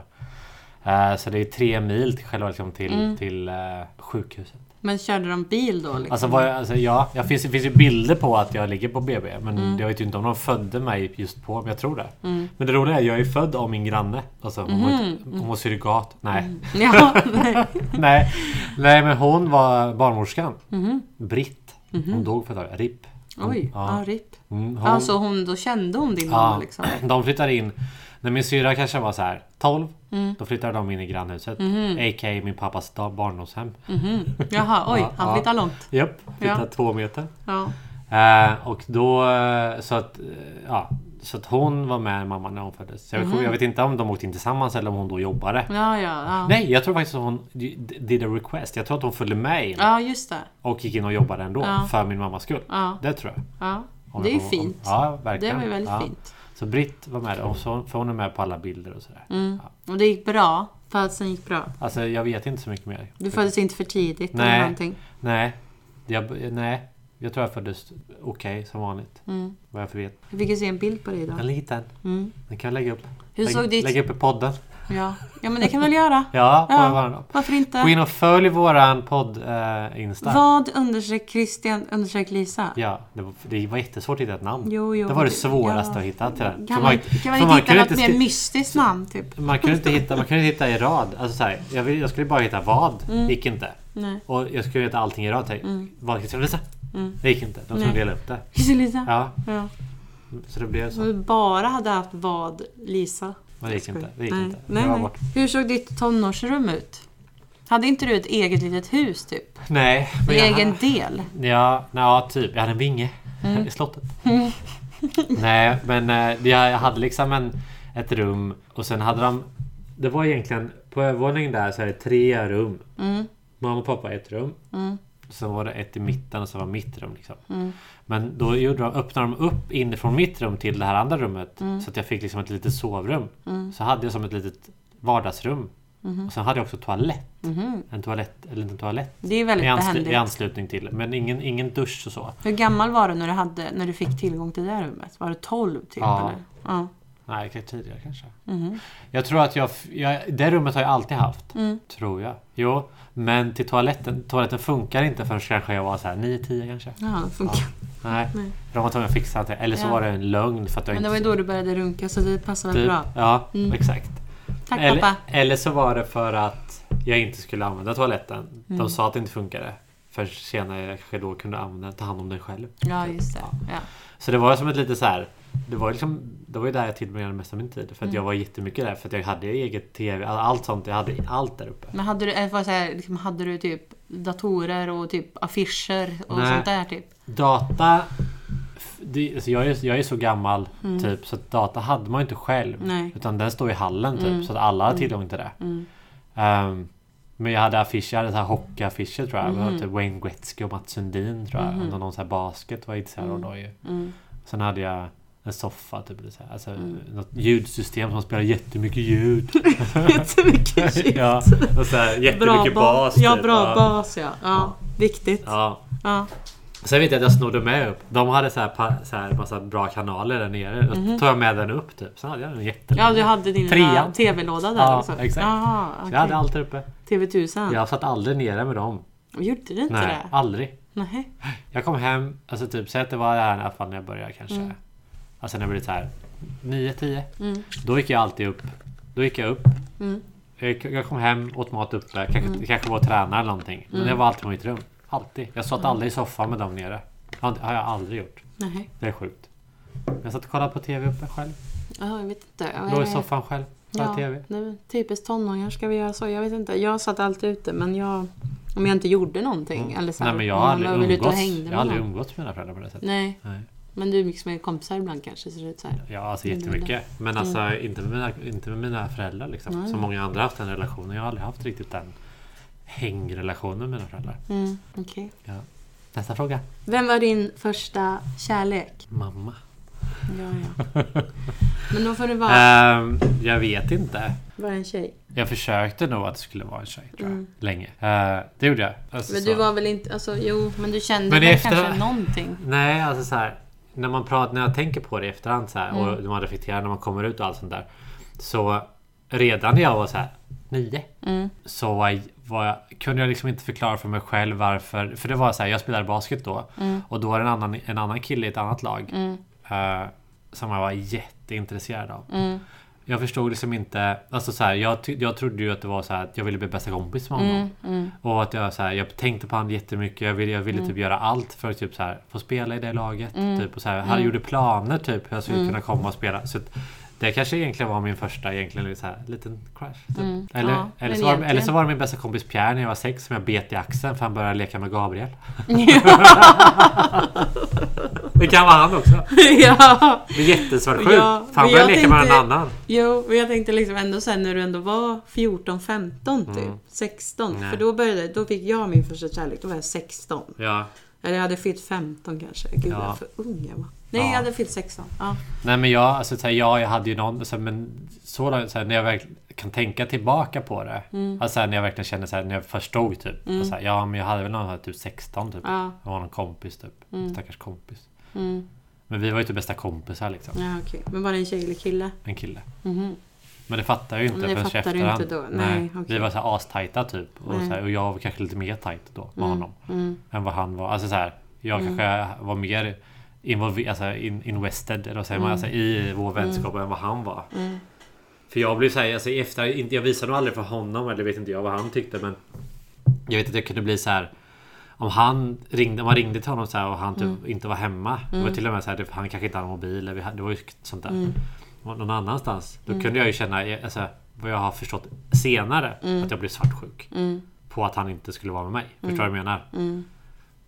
S2: 800-900. Eh, så det är tre mil till själva liksom, till,
S1: Mm. Liksom.
S2: till eh, sjukhuset.
S1: Men körde de bil då? Liksom?
S2: Alltså, vad jag, alltså ja, jag finns, det finns ju bilder på att jag ligger på BB. Men jag vet ju inte om de födde mig just på, men jag tror det.
S1: Mm.
S2: Men det roliga är, jag är född av min granne. Alltså, hon, var
S1: Mhm.
S2: inte, hon var surrogat.
S1: Mm.
S2: Nej.
S1: Ja, nej.
S2: nej. Nej, men hon var barnmorskan.
S1: Mhm.
S2: Britt. Hon dog för ett tag RIP. Hon-
S1: Oj, ja.
S2: Ja.
S1: RIP.
S2: Mm, hon,
S1: Mm-hmm. Ja, så hon, då kände hon din mamma
S2: ja.
S1: liksom?
S2: De flyttade in. När min syra kanske var så här 12.
S1: Mm.
S2: Då flyttade de in i grannhuset. A.k.a. min pappas da- barndomshem.
S1: Mhm. Jaha, oj,
S2: Ja,
S1: han
S2: ja.
S1: flyttar långt.
S2: Japp, flyttade två meter.
S1: Ja.
S2: Eh, och då eh, så att, eh, ja, så att hon var med mamma när hon föddes. Så jag,
S1: Mhm.
S2: jag vet inte om de åkte in tillsammans eller om hon då jobbade.
S1: Ja, ja, ja.
S2: Nej, jag tror faktiskt att hon d- did a request. Jag tror att hon följde med in
S1: ja, just det.
S2: och gick in och jobbade ändå
S1: Ja.
S2: för min mammas skull.
S1: Ja,
S2: Det tror jag.
S1: ja.
S2: Om
S1: Det är
S2: jag
S1: ju
S2: kommer- om-
S1: fint.
S2: Ja,
S1: Det
S2: verkligen.
S1: var ju väldigt
S2: ja.
S1: fint.
S2: Så Britt var med där, och så, för hon är med på alla bilder och sådär.
S1: Mm. Och det gick bra. Födseln gick bra.
S2: Alltså jag vet inte så mycket mer.
S1: Du föddes inte för tidigt eller
S2: Nej.
S1: någonting.
S2: Nej. Jag, nej. Jag tror jag föddes okej som vanligt.
S1: Mm.
S2: Vad jag vet.
S1: Jag fick ju se en bild på dig idag.
S2: En liten.
S1: Mm.
S2: Den kan jag lägga upp.
S1: Hur
S2: lägg,
S1: såg ditt-
S2: Lägga upp i podden.
S1: Ja. ja, men det kan vi väl göra.
S2: Ja,
S1: Ja.
S2: ja. Varandra.
S1: Varför inte?
S2: Gå in och följ våran podd eh, Insta.
S1: Vad undersök Christian undersök Lisa?
S2: Ja, det var, det var jättesvårt att hitta ett namn.
S1: Jo, jo,
S2: det var det
S1: det-
S2: svåraste
S1: ja.
S2: att hitta till den.
S1: Kan
S2: För
S1: man,
S2: för
S1: kan man inte hitta
S2: kunde
S1: något
S2: inte
S1: mer
S2: skri-
S1: mystiskt namn? Typ?
S2: man kunde inte hitta, man kunde inte hitta i rad. Alltså så här, jag, vill, jag skulle bara hitta vad. gick inte.
S1: Nej.
S2: Och jag skulle hitta allting i rad. Tänk, Vad ska jag visa?
S1: Mm.
S2: Det gick inte. De
S1: Nej.
S2: skulle dela upp det.
S1: Christian Lisa?
S2: Ja,
S1: Ja.
S2: så det blev
S1: Så
S2: så.
S1: du bara hade haft vad Lisa?
S2: Men det gick inte. Det gick
S1: nej.
S2: inte.
S1: Nej,
S2: det var
S1: nej.
S2: bort.
S1: Hur såg ditt tonårsrum ut? Hade inte du ett eget litet hus typ?
S2: nej men jag,
S1: Egen del?
S2: Ja, nej, ja, typ. Jag hade en vinge i slottet. nej, men eh, jag jag hade liksom en, ett rum och sen hade de... Det var egentligen... På övervåningen där så är det tre rum.
S1: Mm.
S2: Mamma och pappa ett rum.
S1: Mm.
S2: Sen var det ett i mitten och så var mitt rum. Liksom. Men då gjorde de, öppnade de upp inifrån mitt rum till det här andra rummet. Så att jag fick liksom ett litet sovrum. Så hade jag som ett litet vardagsrum. Och sen hade jag också toalett.
S1: Mhm.
S2: En toalett, eller en toalett
S1: Det är väldigt
S2: i, ansl-
S1: behändigt.
S2: i anslutning till. Men ingen, ingen dusch och så.
S1: Hur gammal var du när du, hade, när du fick tillgång till det här rummet? Var du 12 typ?
S2: Ja.
S1: Eller? Ja.
S2: Nej, kanske tidigare kanske.
S1: Mhm.
S2: Jag tror att jag, f- jag... Det rummet har jag alltid haft.
S1: Mm.
S2: Tror jag. Jo, men till toaletten. Toaletten funkar inte förrän kanske jag var så här 9-10 kanske.
S1: Ja, det funkar.
S2: Nej.
S1: Nej.
S2: De var tvungna att fixa det. Eller så
S1: Ja.
S2: var det en lögn för att jag
S1: Men det
S2: inte...
S1: var ju då du började runka så det passade väl bra.
S2: Ja,
S1: Mm.
S2: exakt.
S1: Tack
S2: Typ. eller,
S1: pappa.
S2: eller så var det för att jag inte skulle använda toaletten.
S1: Mm.
S2: De sa att det inte funkade. För senare jag kanske då kunde använda, ta hand om den själv.
S1: Ja, just det. Ja.
S2: Så det var som ett lite så här. Det var, liksom, det var ju där jag tillbringade mest av min tid. För att
S1: Mm.
S2: jag var jättemycket där. För att jag hade eget TV. all- Allt sånt. Jag hade allt där uppe.
S1: Men hade du, eller vad säger jag, liksom, hade du typ datorer och typ affischer och
S2: Nej.
S1: sånt där typ?
S2: Data. f- Det, alltså jag, är, jag är så gammal typ. Så att data hade man ju inte själv.
S1: Mm. Nej. Mm.
S2: Utan den står i hallen typ. Så att alla har tillgång till det. Ehm, men jag hade affischer, jag hade så här hockeyaffischer tror jag. Mm. Typ Wayne Gretzky och Mats Sundin tror jag. Mm. Och någon så här basket var jag intresserad av då ju.
S1: Mm-hmm. Mm.
S2: Sen hade jag en soffa, typ, eller så här. Alltså, något ljudsystem som spelar jättemycket ljud.
S1: Jättemycket shit.
S2: ja, och så här, jättemycket bas.
S1: Ja,
S2: typ.
S1: bra
S2: ja.
S1: bas ja. ja. Viktigt. Ja.
S2: Ja. Sen vet jag att jag snodde med upp. De hade så här, pa- så här massa bra kanaler där nere. Då tog jag med den upp typ. Sen hade jag den jättelänge.
S1: Mhm. Ja, du hade din lilla
S2: Trean.
S1: TV-låda där
S2: Ja,
S1: också.
S2: exakt.
S1: Jaha,
S2: Så
S1: okej.
S2: jag hade allt där uppe.
S1: TV1000.
S2: Jag satt aldrig nere med dem.
S1: Gjorde du inte
S2: Nej,
S1: det?
S2: aldrig.
S1: Nej.
S2: Jag kom hem, alltså typ, säg att det var det här i alla fall när jag började kanske. Alltså när jag blev så här 9, 10.
S1: Mm.
S2: Då gick jag alltid upp. Då gick jag upp.
S1: Mm.
S2: Jag jag kom hem, åt mat uppe. Kanske, kanske var och tränade eller någonting. Men
S1: Mm.
S2: jag var alltid på mitt rum. Alltid. Jag satt aldrig i soffan med dem nere. Det har inte- har jag aldrig gjort.
S1: Nej.
S2: Det är sjukt. Jag satt och kollade på TV uppe själv.
S1: Ja, jag vet inte.
S2: Låg i soffan själv. Kollade TV.
S1: nu, typiskt tonåringar ska vi göra så. Jag vet inte. Jag satt alltid ute men jag... Om jag inte gjorde någonting. Eller så här,
S2: Mm. Nej men jag
S1: om
S2: har aldrig
S1: var väl ute och
S2: umgåtts.
S1: hängde
S2: Jag
S1: med Mm.
S2: har aldrig
S1: någon.
S2: umgåtts med mina föräldrar på det sättet.
S1: Nej,
S2: Nej.
S1: men du umgicks med kompisar ibland kanske. Så det är så här.
S2: Ja, alltså
S1: Mm.
S2: jättemycket. Men alltså inte, med mina, inte med mina föräldrar liksom.
S1: Nej.
S2: Som många andra har haft den relationen. Jag har aldrig haft riktigt den hängrelationen med mina föräldrar.
S1: Mm, okej.
S2: Ja. Nästa fråga.
S1: Vem var din första kärlek?
S2: Mamma.
S1: Ja, ja. Men då får det vara,
S2: Ehm, jag vet inte.
S1: vara en tjej.
S2: Jag försökte nog att det skulle vara en tjej tror jag.
S1: Mm.
S2: Länge. Ehm, det gjorde jag. Alltså,
S1: Men
S2: så-
S1: du var väl inte... Alltså, jo, men du kände
S2: Men
S1: väl
S2: efter-
S1: kanske någonting?
S2: Nej, alltså så här. När, man pratar, när jag tänker på det i efterhand så här,
S1: Mm.
S2: och när man reflekterar när man kommer ut och allt sånt där. Så redan när jag var så här nio.
S1: Mm.
S2: så var jag, var jag, kunde jag liksom inte förklara för mig själv varför. För det var så här, jag spelade basket då. Och då var det en annan, en annan kille i ett annat lag. eh, som jag var jätteintresserad av.
S1: Mm.
S2: Jag förstod liksom inte. Alltså så här, jag, ty- jag trodde ju att det var så här att jag ville bli bästa kompis med honom.
S1: Mm, mm,
S2: Och att jag, så här, jag tänkte på honom jättemycket. Jag ville, jag ville typ göra allt för att typ så här, få spela i det laget.
S1: Mm.
S2: Typ, och så här, Han gjorde planer typ hur jag skulle kunna komma och spela. Så att, det kanske egentligen var min första egentligen, så här, liten crush. Typ.
S1: Mm.
S2: Eller,
S1: Ja,
S2: eller,
S1: men
S2: så var,
S1: egentligen.
S2: eller så var det min bästa kompis Pierre när jag var sex som jag bet i axeln för han började leka med Gabriel. det kan vara han också.
S1: ja.
S2: Det är jättesvartsjuk.
S1: Ja,
S2: för han
S1: men
S2: började
S1: jag
S2: leka med en
S1: tänkte-
S2: annan.
S1: Jo, men jag tänkte liksom ändå sen när du ändå var 14, 15 typ.
S2: Mm.
S1: 16.
S2: Nej.
S1: För då började, då fick jag min första kärlek. Då var jag 16.
S2: Ja.
S1: Eller jag hade fyllt 15 kanske. Gud, jag
S2: Ja.
S1: är för ung jag var. Nej,
S2: Ja.
S1: jag hade fyllt 16. Ja.
S2: Nej men jag, alltså, så här, ja, jag hade ju någon, så här, men så, långt- så här, när jag verkligen kan tänka tillbaka på det.
S1: Mm.
S2: Alltså, så här, när jag verkligen känner så här, när jag förstod typ. Och, så här, ja men jag hade väl någon här, typ 16 typ.
S1: Ja.
S2: Jag var någon kompis typ. Stackars kompis.
S1: Mm.
S2: Men vi var ju typ bästa kompisar liksom.
S1: ja okej. Men var det en tjej eller kille?
S2: En kille.
S1: Mhm.
S2: Men det fattar jag ju inte
S1: Men det
S2: förrän i
S1: fattar du inte
S2: efterhand.
S1: då. Nej, okej.
S2: Vi var så här astajta typ. Och,
S1: Nej.
S2: så här, och jag var kanske lite mer tajt då med honom.
S1: Mm.
S2: Än vad han var. Alltså så här, jag kanske var mer involverad, alltså in, invested, eller vad säger man, alltså, i vår vänskap än vad han var.
S1: Mm.
S2: För jag blev såhär, alltså, i efterhand, inte- jag visade nog aldrig för honom, eller vet inte jag vad han tyckte men Jag vet att jag kunde bli så här. Om han ringde, om man ringde till honom så här och han typ inte var hemma. Det var till och med så här, det- han kanske inte hade mobil. Eller vi hade- det var ju sånt där. Var Någon annanstans. Då kunde jag ju känna, alltså, vad jag har förstått senare, att jag blev svartsjuk.
S1: Mm.
S2: På att han inte skulle vara med mig. Förstår du vad jag menar?
S1: Mm.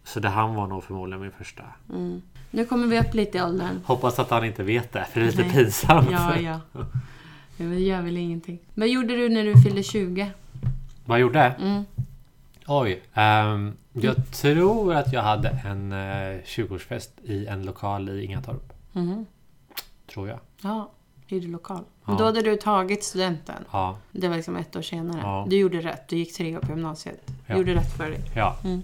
S2: Så det han var nog förmodligen min första.
S1: Nu kommer vi upp lite i åldern.
S2: Hoppas att han inte vet det, för det är lite
S1: Nej.
S2: pinsamt.
S1: Ja, ja. Men det gör väl ingenting. Vad gjorde du när du fyllde 20?
S2: Vad jag gjorde?
S1: Mm.
S2: Oj. ehm, jag tror att jag hade en eh, 20-årsfest i en lokal i Ingatorp.
S1: Mhm.
S2: Tror jag.
S1: Ja, hyrlokal.
S2: Ja.
S1: Då hade du tagit studenten.
S2: Ja.
S1: Det var liksom ett år senare.
S2: Ja.
S1: Du gjorde rätt. Du gick tre år på gymnasiet.
S2: Ja.
S1: Gjorde rätt för dig.
S2: ja.
S1: Mm.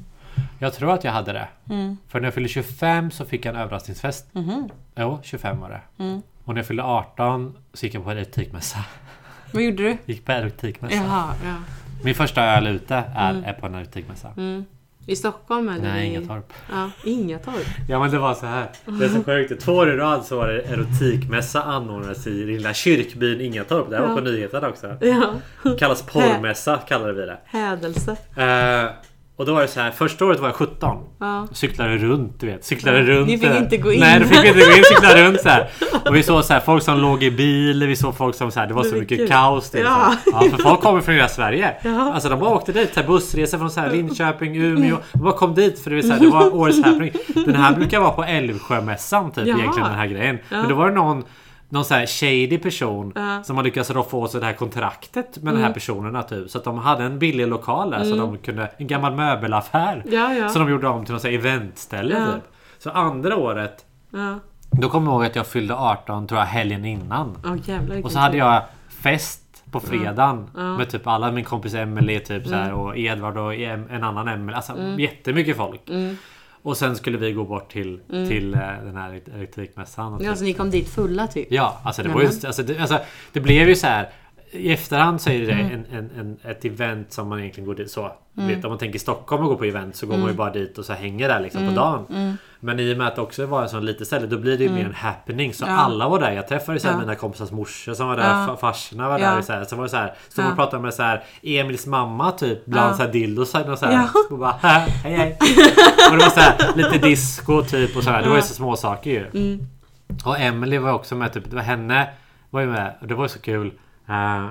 S2: Jag tror att jag hade det.
S1: Mm.
S2: För när jag fyllde 25 så fick jag en överraskningsfest.
S1: Mhm.
S2: Jo, 25 var det.
S1: Mm.
S2: Och när jag fyllde 18 så gick jag på erotikmässa.
S1: Vad gjorde du?
S2: Gick på erotikmässa.
S1: Jaha, ja.
S2: Min första öl ute är, är på en erotikmässa.
S1: Mm. I Stockholm eller?
S2: Nej,
S1: i-
S2: Ingatorp.
S1: Ja, Ingatorp.
S2: Ja men det var så här. Det är så sjukt. Två år i rad så var det erotikmässa anordnades i lilla kyrkbyn Ingatorp. Det här var på
S1: Ja.
S2: nyheterna också.
S1: Ja.
S2: Kallas porrmässa kallade vi det.
S1: Hädelse.
S2: Eh, och då var det så här, första året var jag 17.
S1: Ja.
S2: Cyklade runt, du vet. Cyklade runt.
S1: Ni fick
S2: eh,
S1: inte gå in.
S2: Nej, du fick vi inte gå in. Cyklade runt så här. Och vi såg så här, folk som låg i bil. Vi såg folk som så här, det var
S1: Det
S2: så
S1: är
S2: mycket
S1: kul.
S2: kaos. Det, är
S1: Ja.
S2: så här. ja, för folk kommer från hela Sverige.
S1: Ja.
S2: Alltså de bara åkte dit. Så här, bussresor från så här, Linköping, Umeå. De bara kom dit för det, var så här, det var årets happening. Den här brukar vara på Älvsjömässan typ
S1: Jaha.
S2: egentligen den här grejen. Men då var det någon någon så här shady person
S1: Ja. Mm.
S2: som har lyckats roffa åt sig det här kontraktet med de här personerna typ. Så att de hade en billig lokal där så de kunde, en gammal möbelaffär.
S1: Ja, ja.
S2: Så de gjorde om till något så här eventställe
S1: Ja.
S2: typ. Så andra året,
S1: Ja.
S2: då kommer jag ihåg att jag fyllde 18 tror jag helgen innan.
S1: Åh jävlar vilken
S2: Och så hade
S1: tur.
S2: jag fest på fredagen
S1: Ja. Mm.
S2: med typ alla min kompis Emelie typ så här, och Edvard och em- en annan Emelie. Alltså jättemycket folk.
S1: Mm.
S2: Och sen skulle vi gå bort till, till eh, den här elektrikmässan. Och
S1: Ja,
S2: typ-
S1: så ni kom dit fulla typ?
S2: Ja, alltså det var ju...
S1: Nämen.
S2: Alltså det, alltså, det blev ju så här... I efterhand så är det
S1: Mm.
S2: en, en, en, ett event som man
S1: Mm.
S2: egentligen går dit så. Vet, om man tänker Stockholm och går på event så går man ju bara dit och så hänger där liksom på dagen. Men i och med att det också var en sån liten ställe då blir det ju mer en happening. Så
S1: Mm. Ja.
S2: alla var där. Jag träffade ju så här
S1: Ja.
S2: mina kompisars morsor som var där.
S1: Ja.
S2: fa- Farsorna var
S1: Ja.
S2: där. och Så, här. så var det så här. Stod
S1: Ja.
S2: och pratade med så här Emils mamma typ. Bland
S1: Ja.
S2: så här dildos. Och så här.
S1: Ja.
S2: Och bara hej hej. och det var så här lite disco typ. Och så här. Det var ju så små saker ju. Och Emily var också med. Typ, det var henne var ju med. Och det var ju så kul. Eh,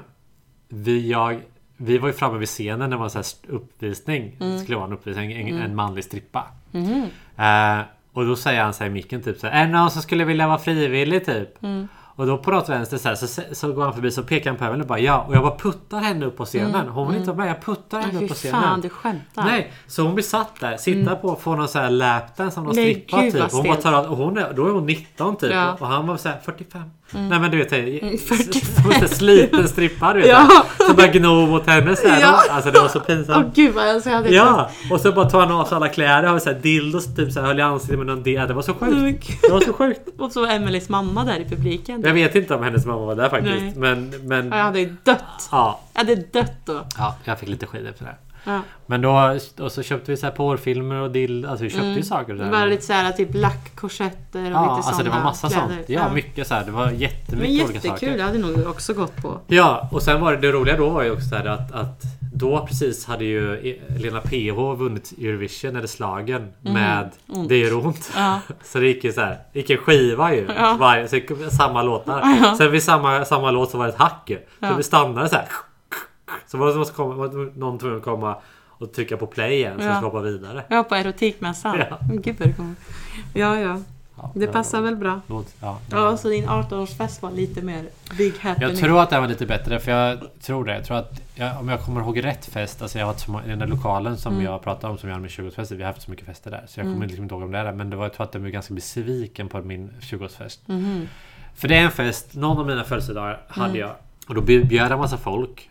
S2: vi, jag, vi var ju framme vid scenen när det var en sån här st- uppvisning.
S1: Mm.
S2: Det skulle vara en uppvisning. En, en manlig strippa.
S1: Mm-hmm.
S2: Eh, och då säger han så här i micken typ så här, Är det någon som skulle vilja vara frivillig typ?
S1: Mm.
S2: Och då på något vänster så, här, så, så går han förbi så pekar han på Evelyn och bara ja. Och jag bara puttar henne upp på scenen. Hon vill inte vara med. Jag puttar henne
S1: Mm. Fy
S2: upp på scenen.
S1: fan, du skämtar.
S2: Nej, så hon blir satt där, sitta på, får någon sån här lapdance av någon
S1: Mm. Nej,
S2: strippa
S1: gud,
S2: typ.
S1: vad
S2: Hon bara
S1: stelt.
S2: tar, av- och hon är, då är hon 19 typ
S1: Ja.
S2: och han var såhär 45. Nej men du vet, mm,
S1: 45.
S2: sliten strippa du vet.
S1: Ja.
S2: Ja. Så bara gno mot henne såhär.
S1: Ja.
S2: Alltså det var så pinsamt.
S1: Åh gud vad jag önskar jag hade
S2: Ja! Och så bara tar han av sig alla kläder och har såhär dildos typ såhär höll i ansiktet med någon del. Det var så
S1: Nej,
S2: sjukt.
S1: men gud.
S2: Det var så sjukt.
S1: Och så var Emelies mamma där i publiken.
S2: Jag vet inte om hennes mamma var där
S1: Nej.
S2: faktiskt. Men, men
S1: Ja, Jag hade ju dött.
S2: ja.
S1: Jag hade dött då.
S2: ja, jag fick lite skit efter det.
S1: Ja.
S2: Men då och så köpte vi så här porrfilmer och dill... Alltså vi köpte
S1: Mm.
S2: ju saker. och så
S1: Det
S2: här.
S1: var lite såhär typ lackkorsetter och
S2: Ja,
S1: lite
S2: alltså
S1: såna
S2: det var massa
S1: kläder.
S2: sånt. Ja, mycket så här. Det var jättemycket
S1: Men
S2: olika saker.
S1: jättekul, det hade nog också gått på.
S2: Ja, och sen var det, det roliga då var ju också så här att, att då precis hade ju eh, Lena PH vunnit Eurovision eller slagen med Det gör ont.
S1: Mhm. Ja.
S2: Så det gick ju så här, det gick en skiva ju.
S1: Ja.
S2: Varje, så gick det samma låtar.
S1: Ja.
S2: Sen vid samma, samma låt så var det ett hack ju. Så
S1: Ja.
S2: vi stannade så här. Så var det som att komma, var någon tvungen att komma och trycka på play igen så
S1: Ja.
S2: vi ska hoppa vidare.
S1: Jag var på erotikmässan.
S2: Ja.
S1: Men Gud vad det kommer. Ja, ja.
S2: Ja,
S1: Det
S2: var-
S1: passar väl bra.
S2: låt- Ja,
S1: Ja, så din 18-årsfest var lite mer big happening.
S2: Jag tror att den var lite bättre för jag tror det. Jag tror att jag, om jag kommer ihåg rätt fest, alltså jag har haft så många, den där lokalen som
S1: Mm.
S2: jag pratade om som jag hade min 20-årsfest i, vi har haft så mycket fester där. Så jag
S1: Mm.
S2: kommer liksom inte ihåg om det är där. Men det var, jag tror att den blev ganska besviken på min 20-årsfest.
S1: Mhm.
S2: För det är en fest, någon av mina födelsedagar hade
S1: Mm.
S2: jag. Och då bjöd jag massa folk.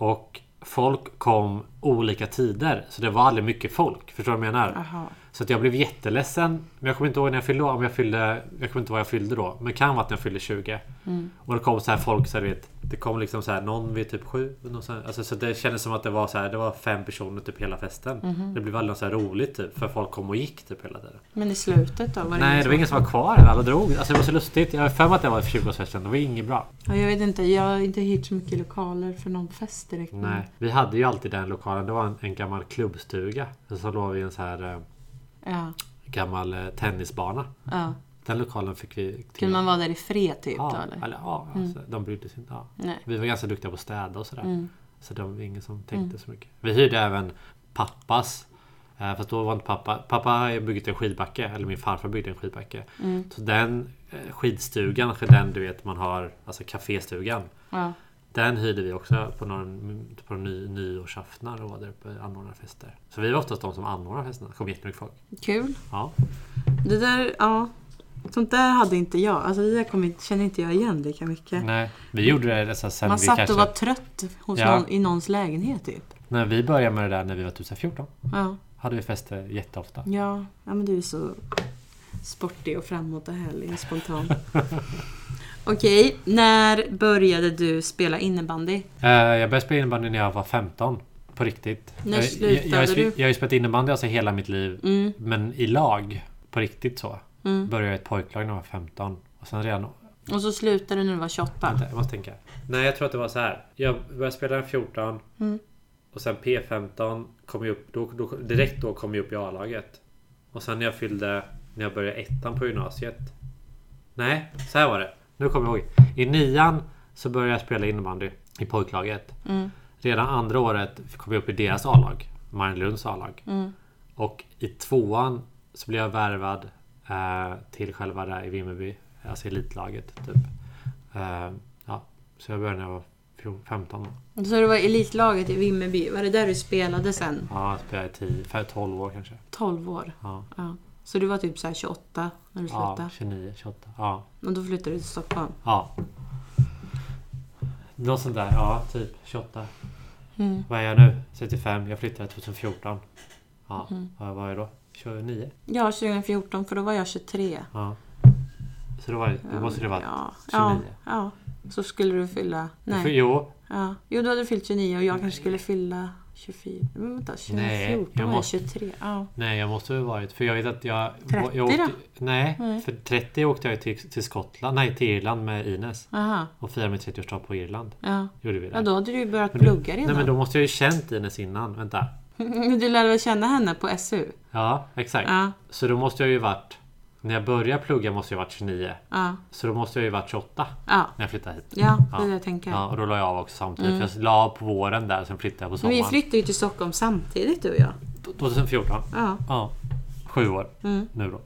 S2: Och folk kom olika tider. Så det var aldrig mycket folk. Förstår du vad jag menar?
S1: Aha.
S2: Så att jag blev jätteledsen. Men jag kommer inte ihåg när jag fyllde om jag fyllde... Jag kommer inte ihåg vad jag fyllde då. Men det kan vara att när jag fyllde 20.
S1: Mm.
S2: Och det kom så här folk så här, du vet. Det kom liksom så här någon vid typ sju. och någon så här- Alltså, så det kändes som att det var så här. Det var fem personer typ hela festen.
S1: Mhm.
S2: Det blev aldrig något så här roligt typ. För folk kom och gick typ hela tiden.
S1: Men i slutet då? Var det
S2: Nej,
S1: ingen
S2: det var ingen som var kvar. här, Alla drog. Alltså det var så lustigt. Jag har för mig att det var 20-årsfesten. Det var inget bra.
S1: Ja, jag vet inte, jag har inte hyrt så mycket lokaler för någon fest direkt.
S2: Nej. Vi hade ju alltid den lokalen. Det var en, en gammal klubbstuga. Och så låg vi i en så här eh,
S1: Ja,
S2: gammal eh, tennisbana.
S1: ja.
S2: Den lokalen fick vi...
S1: Kunde man vara där i fred typ då
S2: Ja,
S1: eller?
S2: eller, ja alltså, de brydde sig inte. Ja.
S1: Nej.
S2: Vi var ganska duktiga på att städa och sådär.
S1: Mm.
S2: Så det var ingen som tänkte så mycket. Vi hyrde även pappas. eh, Fast då var inte pappa... Pappa har byggt en skidbacke. Eller min farfar byggde en skidbacke.
S1: Mm.
S2: Så den eh, skidstugan, kanske den du vet man har... Alltså kaféstugan.
S1: Ja.
S2: Den hyrde vi också på någon, på någon ny, nyårsaftnar och var där uppe och anordnade fester. Så vi var oftast de som anordnade festerna. Det kom jättemycket folk.
S1: Kul.
S2: Ja.
S1: Det där, ja. Sånt där hade inte jag. Alltså det där kom inte, känner inte jag igen lika mycket.
S2: Nej, vi gjorde det alltså sen
S1: Mm. Man
S2: vi
S1: satt
S2: kanske...
S1: och var trött hos
S2: Ja.
S1: någon, i någons lägenhet typ.
S2: När vi började med det där när vi var typ så här 14.
S1: Ja.
S2: Hade vi fester jätteofta.
S1: Ja, ja men du är så sportig och framåt och härlig och spontan. Okej, när började du spela innebandy?
S2: Eh, Jag började spela innebandy när jag var 15. På riktigt.
S1: När
S2: jag, jag, jag, har
S1: slutade
S2: ju sp- jag har ju spelat innebandy alltså hela mitt liv.
S1: Mm,
S2: Men i lag. På riktigt så.
S1: mm.
S2: Började jag i ett pojklag när jag var 15. Och sen redan...
S1: Och så slutade du när du var 28.
S2: Vänta, jag måste tänka. Nej, jag tror att det var så här. Jag började spela när jag var 14.
S1: Mm.
S2: Och sen P15. Kom jag upp, då, då, direkt då kom jag upp i A-laget. Och sen när jag fyllde... När jag började ettan på gymnasiet. Nej, så här var det. Nu kommer jag ihåg. I nian så började jag spela innebandy i pojklaget.
S1: Mm,
S2: Redan andra året kom jag upp i deras A-lag. Marielunds A-lag.
S1: mm.
S2: Och i tvåan så blev jag värvad eh, till själva där i Vimmerby. Alltså elitlaget typ. Eh, ja, så jag började när jag var fjol- 15. då.
S1: Så det var elitlaget i Vimmerby, var det där du spelade sen?
S2: Ja, jag spelade i 10, för 12 år kanske.
S1: 12 år?
S2: Ja,
S1: Ja. Så du var typ så här 28 när du
S2: ja
S1: slutade?
S2: 29, 28. Ja,
S1: Och då flyttade du till Stockholm?
S2: ja. Något sånt där. Ja, typ 28.
S1: Mm.
S2: Vad är jag nu? 35. Jag flyttade 2014. Ja,
S1: Mm.
S2: vad var jag då? 29?
S1: Ja, 2014 för då var jag 23.
S2: Ja. Så då var det, då måste det vara...
S1: ja, ja,
S2: 29.
S1: ja. Så skulle du fylla... Nej.
S2: För, jo,
S1: Ja. Jo, då hade du fyllt 29 och jag kanske skulle fylla 24, men vänta, 2014
S2: Nej, jag
S1: var jag
S2: måste-
S1: 23. Ja.
S2: Nej, jag måste ha varit. För jag vet att jag...
S1: 30
S2: jag åkte,
S1: då?
S2: Nej,
S1: Nej.
S2: för 30 åkte jag till, till Skottland. Nej, till Irland med Ines.
S1: Aha,
S2: Och firade min 30-årsdag på Irland.
S1: ja.
S2: Gjorde vi det.
S1: ja, då hade du ju börjat
S2: Men du-
S1: plugga
S2: Nej, men
S1: redan.
S2: då måste jag ju känt Ines innan. Vänta.
S1: Du lärde väl känna henne på SU?
S2: Ja, exakt.
S1: Ja,
S2: Så då måste jag ju varit... När jag började plugga måste jag varit 29.
S1: ja,
S2: Så då måste jag ju varit 28
S1: ja.
S2: när jag flyttade hit.
S1: Ja, det är
S2: Ja.
S1: det jag tänker.
S2: Ja, och då la jag av också samtidigt. För jag la av på våren där, sen flyttade jag på
S1: Men vi
S2: sommaren.
S1: flyttade ju till Stockholm samtidigt du och jag.
S2: 2014.
S1: Ja.
S2: Ja. Sju år
S1: Mm.
S2: nu då.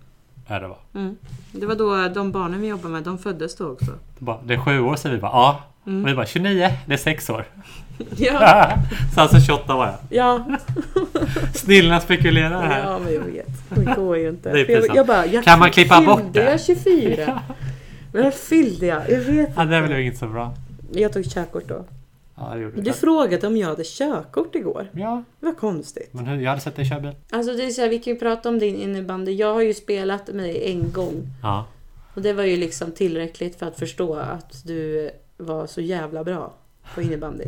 S2: Är det va?
S1: Mm. Det var då de barnen vi jobbade med, de föddes då också.
S2: Det bara, Det är sju år sedan vi bara ja. Och vi bara 29, det är sex år.
S1: Mm. Ja,
S2: Så alltså 28 var jag.
S1: ja,
S2: Snillena spekulerar här.
S1: ja men jag vet. Det går ju inte.
S2: Det är
S1: För jag,
S2: pinsamt.
S1: jag bara, jag
S2: Kan man klippa
S1: fyllde
S2: bort det?
S1: jag 24? Men jag fyllde jag? Jag vet
S2: Ja, det
S1: inte.
S2: blev inget så bra.
S1: Jag tog körkort då.
S2: Ja, det gjorde
S1: Du
S2: det.
S1: frågade om jag hade körkort igår.
S2: Ja,
S1: Det var konstigt.
S2: men hur, jag hade sett dig köra bil.
S1: Alltså det är så här, vi kan ju prata om din innebandy. Jag har ju spelat med dig en gång.
S2: Ja.
S1: Och det var ju liksom tillräckligt för att förstå att du var så jävla bra på innebandy.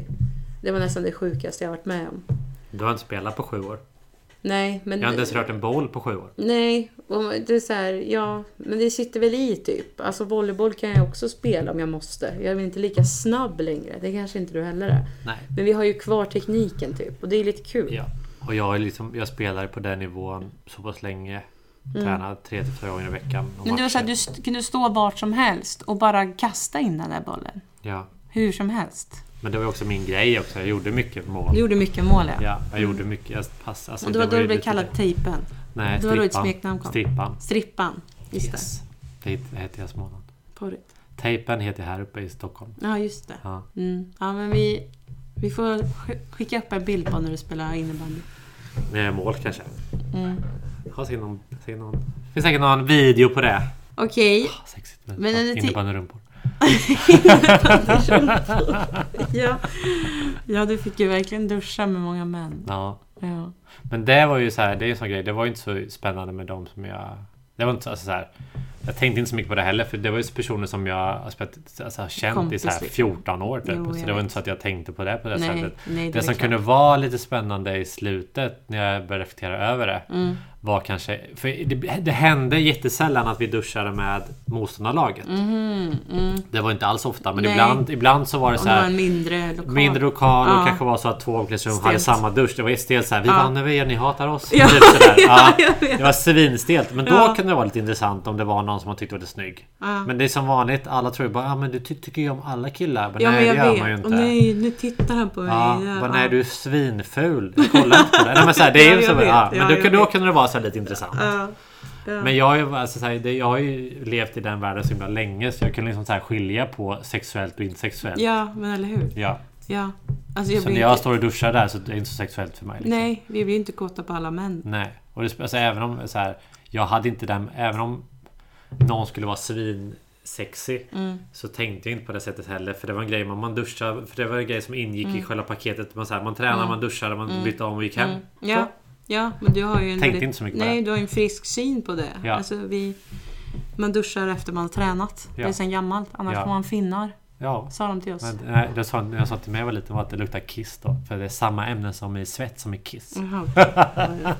S1: Det var nästan det sjukaste jag varit med om.
S2: Du har inte spelat på sju år.
S1: Nej, men...
S2: Jag har inte ens rört en boll på sju år.
S1: Nej, och det är så här, ja, men det sitter väl i typ. Alltså volleyboll kan jag också spela om jag måste. Jag är väl inte lika snabb längre. Det kanske inte du heller är.
S2: Nej.
S1: Men vi har ju kvar tekniken typ och det är lite kul.
S2: Ja. Och jag, är liksom, jag spelar på den nivån så pass länge. Tränar tre till fyra gånger i veckan.
S1: Mm.
S2: och
S1: Men det var så här,
S2: matcher.
S1: du st- kunde stå vart som helst och bara kasta in den där bollen.
S2: Ja.
S1: Hur som helst.
S2: Men det var ju också min grej också. Jag gjorde mycket mål.
S1: Du gjorde mycket mål ja.
S2: Ja, jag gjorde mycket. Jag pass, alltså,
S1: Mm. Och det var då
S2: ju
S1: du blev
S2: lite-
S1: kallad Tejpen.
S2: Nej,
S1: det var då ditt
S2: Strippan.
S1: smeknamn kom.
S2: Strippan.
S1: Strippan. Just det.
S2: Det het- det heter jag i Småland.
S1: Porrigt.
S2: Tejpen heter jag här uppe i Stockholm.
S1: Ja, just det.
S2: Ja.
S1: Mm. Ja, men vi, vi får sk- skicka upp en bild på när du spelar innebandy.
S2: Med mål kanske.
S1: Mm.
S2: Har säkert någon, säkert någon, det finns säkert någon video på det.
S1: Okej,
S2: Ah, Sexigt med
S1: Men är det ti-
S2: innebandyrumpor.
S1: ja. ja, du fick ju verkligen duscha med många män.
S2: Ja.
S1: Ja.
S2: Men det var ju så här, det är en sån grej. Det var ju inte så spännande med dem som jag... Det var inte så, alltså så här, jag tänkte inte så mycket på det heller för det var ju personer som jag har spelat- alltså, har känt i så här
S1: Kompis.
S2: 14 år typ.
S1: Jo, jag
S2: så det var
S1: vet.
S2: inte så att jag tänkte på det på det
S1: Nej,
S2: sättet.
S1: nej, det,
S2: Det
S1: är
S2: som
S1: klart.
S2: kunde vara lite spännande i slutet när jag började reflektera över det
S1: Mm.
S2: var kanske... För det, det hände jättesällan att vi duschade med motståndarlaget.
S1: Mhm, mm.
S2: Det var inte alls ofta men
S1: Nej.
S2: ibland, ibland så var
S1: Om
S2: det så
S1: det var
S2: här...
S1: en mindre lokal.
S2: Mindre lokal och
S1: Ja.
S2: kanske var så att två omklädningsrum hade
S1: Stelt.
S2: samma dusch. Det var ju stelt såhär, vi
S1: Ja.
S2: vann över er, ni hatar oss.
S1: Ja,
S2: Typ sådär.
S1: ja,
S2: Ja.
S1: jag vet.
S2: Det var svinstelt. Men då
S1: Ja.
S2: kunde det vara lite intressant om det var någon som man tyckte var lite snygg.
S1: Ja.
S2: Men det är som vanligt, alla tror ju bara ah, men du ty- tycker ju om alla killar. Men
S1: ja,
S2: nej
S1: men jag
S2: det gör man ju
S1: vet.
S2: inte.
S1: Och nej, nu tittar han på mig.
S2: Ja,
S1: Ja,
S2: bara,
S1: ja.
S2: nej du är svinful. Jag kollar inte på det. Nej, men så här, det är
S1: Ja,
S2: ju så,
S1: jag vet.
S2: ja.
S1: Ja,
S2: Men då,
S1: jag
S2: kunde- då
S1: vet.
S2: kunde det vara så här lite intressant.
S1: Ja. Ja.
S2: Men jag, har ju- alltså, så här, det, jag har ju levt i den världen så himla länge så jag kunde liksom så här, skilja på sexuellt och inte sexuellt.
S1: ja, men eller hur.
S2: Ja.
S1: Ja. Alltså, jag
S2: Så
S1: blir
S2: när jag
S1: inte...
S2: står och duschar där så är det inte så sexuellt för mig. Liksom.
S1: Nej, vi blir ju inte kåta på alla män.
S2: Nej. Och det, sp- alltså, även om så här, jag hade inte den, även om någon skulle vara svinsexy
S1: Mm.
S2: så tänkte jag inte på det sättet heller. För det var en grej man, man duschade, för det var en grej som ingick i själva paketet. Man, så här, man tränade, man duschade, man bytte om och gick hem.
S1: Mm.
S2: Så.
S1: Ja, ja, men du har ju en
S2: Tänkte inte så mycket på
S1: Nej,
S2: det.
S1: du har ju en frisk syn på det.
S2: Ja.
S1: Alltså, vi, man duschar efter man har tränat. Det är
S2: Ja.
S1: sen gammalt. Annars
S2: Ja.
S1: får man finnar,
S2: Ja.
S1: sa de till oss.
S2: Men, nej, det sa, när jag sa till mig jag var liten var att det luktar kiss då. För det är samma ämne som i svett som i kiss.
S1: Jaha, okej. Ja, ja.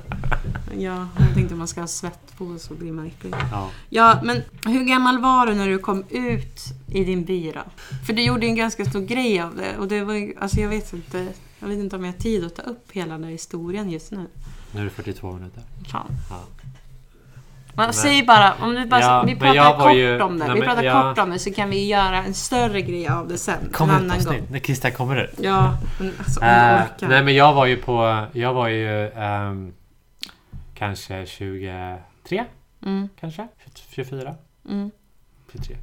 S1: ja, jag tänkte om man ska ha svett på så blir man äcklig.
S2: Ja.
S1: Ja, men hur gammal var du när du kom ut i din by då? För du gjorde ju en ganska stor grej av det. Och det var ju, alltså jag vet inte. Jag vet inte om jag har tid att ta upp hela den här historien just nu.
S2: Nu är det 42 minuter.
S1: Fan.
S2: Ja.
S1: Man
S2: Men-
S1: säger bara, om vi, bara
S2: Ja,
S1: vi
S2: men
S1: pratar
S2: jag var
S1: kort
S2: ju-
S1: om det,
S2: nej,
S1: vi
S2: men
S1: pratar
S2: jag-
S1: kort om det så kan vi göra en större grej av det sen.
S2: Kom
S1: en
S2: ut
S1: annan gång.
S2: avsnitt. När Christian kommer ut.
S1: Ja, men alltså om
S2: Eh,
S1: du orkar.
S2: nej men jag var ju på, jag var ju ehm, kanske 23
S1: Mm,
S2: kanske? 24?
S1: mm.
S2: 23?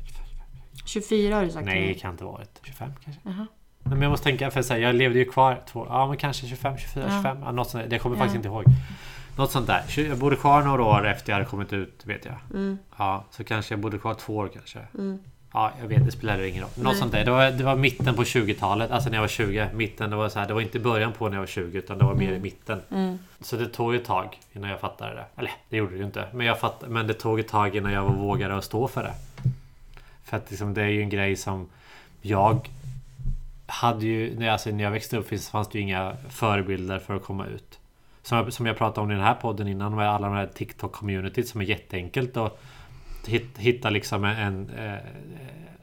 S1: 24 har du sagt
S2: Nej, det
S1: nu.
S2: kan inte ha varit. 25 kanske?
S1: Jaha.
S2: Nej, men jag måste tänka, för så här, jag levde ju kvar två Ja men kanske 25, 24,
S1: Ja.
S2: 25. Ja, något sånt där. Det kommer jag
S1: Ja.
S2: faktiskt inte ihåg. Något sånt där. Tju- Jag bodde kvar några år efter jag hade kommit ut vet jag.
S1: Mm,
S2: Ja, så kanske jag bodde kvar två år kanske.
S1: mm.
S2: Ja, jag vet. Det spelar ju ingen roll. Något
S1: Nej.
S2: sånt där. Det var, det var mitten på 20-talet. Alltså när jag var 20. Mitten. Det var, så här, det var inte början på när jag var 20 utan det var mer i mitten.
S1: Mm.
S2: Så det tog ett tag innan jag fattade det. Eller det gjorde det ju inte. Men, jag fatt, men det tog ett tag innan jag vågade att stå för det. För att liksom, det är ju en grej som jag hade ju, när jag, alltså, när jag växte upp finns, fanns det ju inga förebilder för att komma ut. Som jag, som jag pratade om i den här podden innan med alla de här TikTok-communityt som är jätteenkelt att hit- hitta liksom en, en, eh,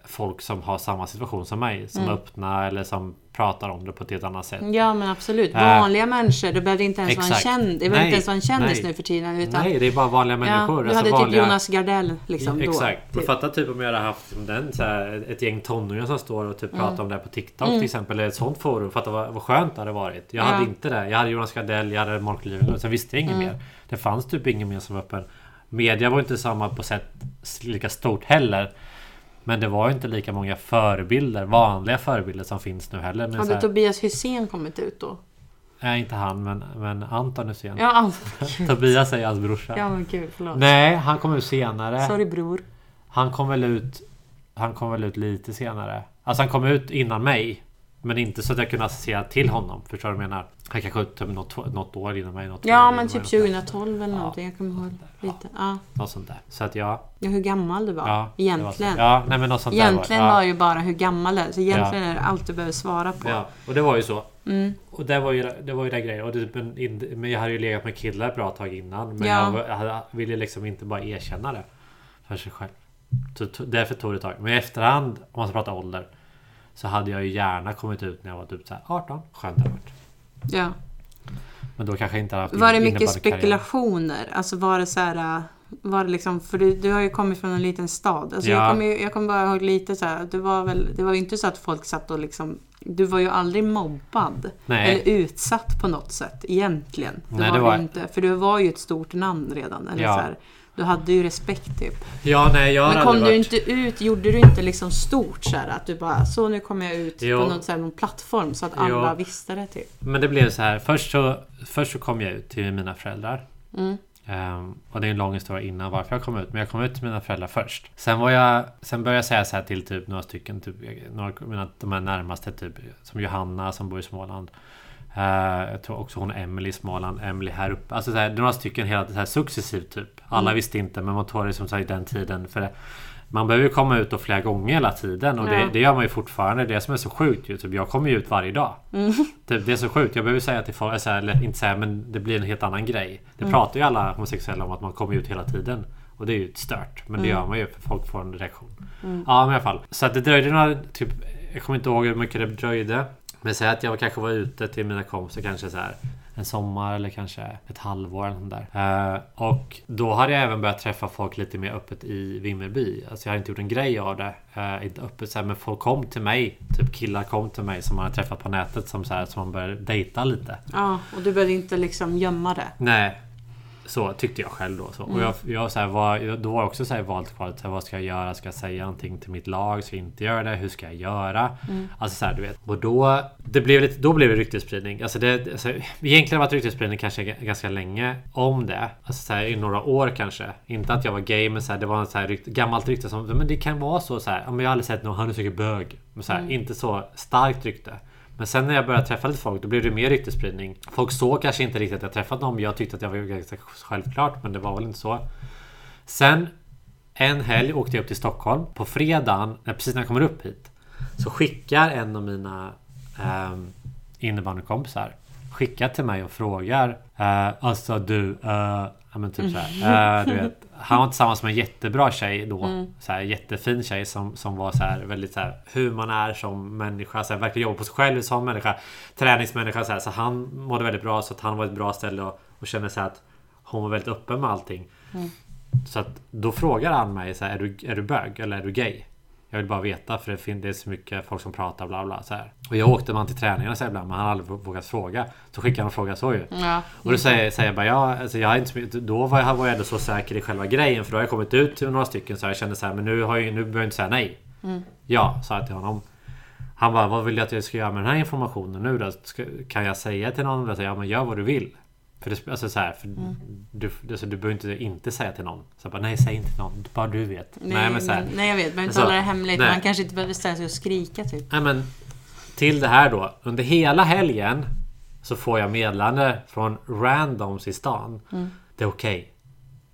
S2: folk som har samma situation som mig. Som
S1: Mm.
S2: är öppna eller som pratar om det på ett helt annat sätt.
S1: Ja men absolut.
S2: Äh.
S1: Vanliga människor. Det behöver inte ens
S2: Exakt.
S1: vara en känd. Det behöver
S2: Nej,
S1: inte ens vara en kändis
S2: nej.
S1: nu för tiden. Utan,
S2: Nej, det är bara vanliga
S1: ja,
S2: människor.
S1: du
S2: alltså
S1: hade typ
S2: vanliga-
S1: Jonas Gardell liksom då.
S2: Exakt. Men
S1: Typ.
S2: fatta typ om jag hade haft som den, så här, ett gäng tonåringar som står och
S1: Mm.
S2: typ pratar om det här på TikTok till exempel. Eller ett sånt forum. Fatta vad, vad skönt det hade varit. Jag hade
S1: Ja. Mm.
S2: inte det. Jag hade Jonas Gardell, jag hade Mark Levengood. Sen visste jag inget mer. Det fanns typ inget mer som var öppen. Media var inte samma på sätt lika stort heller. Men det var ju inte lika många förebilder, vanliga förebilder som finns nu heller. Men så
S1: Hade
S2: här,
S1: Tobias Hysén kommit ut då?
S2: nej, inte han, men, men Anton Hysén.
S1: Ja, ah,
S2: Tobias är hans brorsa.
S1: ja men gud förlåt.
S2: Nej, han kom ut senare.
S1: Sorry bror.
S2: Han kom väl ut... Han kom väl ut lite senare. Alltså han kom ut innan mig. Men inte så att jag kunde associera till honom. Förstår du vad jag menar? Han kanske ut typ något, något år innan mig. Något år
S1: Ja
S2: innan
S1: men
S2: mig,
S1: typ
S2: något sånt där.
S1: 2012 eller någonting. Jag kommer ihåg lite. Ja.
S2: Något sånt där. Så att ja.
S1: Ja, hur gammal du var.
S2: ja det var så.
S1: egentligen.
S2: Ja, nej men något sånt
S1: Egentligen
S2: där
S1: var
S2: var, det.
S1: ju bara hur gammal du är. Så egentligen är det allt du behöver svara på. Mm.
S2: ja. ja, och det var ju så. Och det var ju, det var ju den grejen. Och det, men, in- men jag hade ju legat med killar ett bra tag innan. Men
S1: Ja.
S2: jag, var- jag hade, ville liksom inte bara erkänna det. För sig själv. Så, to, därför tog det ett tag. Men i efterhand, om man ska prata ålder. Så hade jag ju gärna kommit ut när jag var typ så här 18. Skönt det hade varit.
S1: Ja.
S2: Men då kanske jag inte hade haft
S1: Var det mycket
S2: innebandykarriär.
S1: spekulationer? Alltså var det så här... äh, Var det liksom, för du, du har ju kommit från en liten stad. Alltså jag,
S2: Ja.
S1: kommer, ju- jag kommer bara ihåg lite så här, det var väl, det var ju inte så att folk satt och liksom, du var ju aldrig mobbad.
S2: Nej.
S1: Eller utsatt på något sätt egentligen. Det
S2: Nej,
S1: var
S2: det
S1: du
S2: var-
S1: inte. För du var ju ett stort namn redan. Eller
S2: Ja.
S1: så här, du hade ju respekt typ.
S2: Ja, nej jag hade
S1: Men kom
S2: aldrig
S1: du
S2: varit...
S1: inte ut, gjorde du inte liksom stort så här att du bara så nu kommer jag ut
S2: Jo.
S1: på någon, så här, någon plattform så att
S2: Jo.
S1: alla visste det typ.
S2: Men det blev så här. Först så, först så kom jag ut till mina föräldrar.
S1: Mm.
S2: Ehm, och det är en lång historia innan varför jag kom ut. Men jag kom ut till mina föräldrar först. Sen, var jag, sen började jag säga så här till typ några stycken. Typ, några, mina, de här närmaste. Typ, som Johanna som bor i Småland. Eh, jag tror också hon Emily i Småland. Emily här uppe. Alltså så här, några stycken hela så här successivt typ.
S1: Mm.
S2: Alla visste inte men man tar det som sagt den tiden. För det, man behöver ju komma ut och flera gånger hela tiden. Och
S1: Ja.
S2: det, det gör man ju fortfarande. Det som är så sjukt ju. Typ, jag kommer ju ut varje dag. Typ, det är så sjukt. Jag behöver säga till folk, så här, eller inte säga men det blir en helt annan grej. Det pratar ju alla homosexuella om att man kommer ut hela tiden. Och det är ju stört. Men det gör man ju för folk får en reaktion. Ja men i alla fall. Så att det dröjde några, typ, jag kommer inte ihåg hur mycket det dröjde. Men säg att jag kanske var ute till mina kompisar kanske så här en sommar eller kanske ett halvår eller sånt där. Eh, och då hade jag även börjat träffa folk lite mer öppet i Vimmerby. Alltså jag hade inte gjort en grej av det. Eh, inte öppet så här, men folk kom till mig. Typ killar kom till mig som man hade träffat på nätet som så här som man började dejta lite.
S1: Ja, och du behövde inte liksom gömma det.
S2: Nej. Så tyckte jag själv då. Så. Och jag, jag så här var, jag- då var jag också så här i valet kvalet. Så här, vad ska jag göra? Ska jag säga någonting till mitt lag? Ska jag inte göra det? Hur ska jag göra? Alltså så här, du vet. Och då, det blev lite, då blev det ryktesspridning. Alltså det, det- så här, egentligen har det varit ryktesspridning kanske g- ganska länge om det. Alltså så här, i några år kanske. Inte att jag var gay men så här, det var en så här rykt, gammalt rykte som men det kan vara så. så här, ja, men jag har aldrig sett någon, han är säkert bög. Men så här, Inte så starkt rykte. Men sen när jag började träffa lite folk, då blev det mer ryktesspridning. Folk såg kanske inte riktigt att jag träffat någon. Jag tyckte att jag var ganska självklart, men det var väl inte så. Sen en helg åkte jag upp till Stockholm. På fredagen, när- precis när jag kommer upp hit, så skickar en av mina ehm, innebandykompisar skickar till mig och frågar. Eh, alltså du, eh, ja, men typ så här, eh, du vet, Han var tillsammans med en jättebra tjej då. Så här, jättefin tjej som, som var så här, väldigt så här, hur man är som människa. Så här, verkar jobba på sig själv som människa. Träningsmänniska. Så, här, så han mådde väldigt bra. Så att han var ett bra ställe och, och kände så här att hon var väldigt öppen med allting. Så att då frågar han mig så här, är, du, är du bög eller är du gay? Jag vill bara veta för det, fin- det är så mycket folk som pratar bla bla så här. Och jag åkte med han till träningarna så här ibland men han hade aldrig vågat fråga. Så skickade han en fråga så ju.
S1: Ja.
S2: Och då säger, säger jag bara ja, alltså jag har inte, så mycket- då var jag, var jag ändå så säker i själva grejen för då har jag kommit ut till några stycken så jag kände så här men nu, har jag, nu behöver jag inte säga nej.
S1: Mm.
S2: Ja, sa jag till honom. Han bara, vad vill du att jag ska göra med den här informationen nu då? Ska, kan jag säga till någon? Jag säger, ja men gör vad du vill. För det, sp- alltså så här, för
S1: Mm.
S2: du, alltså, du behöver inte, inte säga till någon. Så jag bara, nej säg inte till någon, bara du vet. så här,
S1: men- Mm. nej jag vet, man inte
S2: Alltså,
S1: hålla det hemligt.
S2: nej.
S1: Man kanske inte behöver ställa sig och skrika typ.
S2: Nej men Till det här då. Under hela helgen Så får jag meddelande från randoms i stan. Det är okej.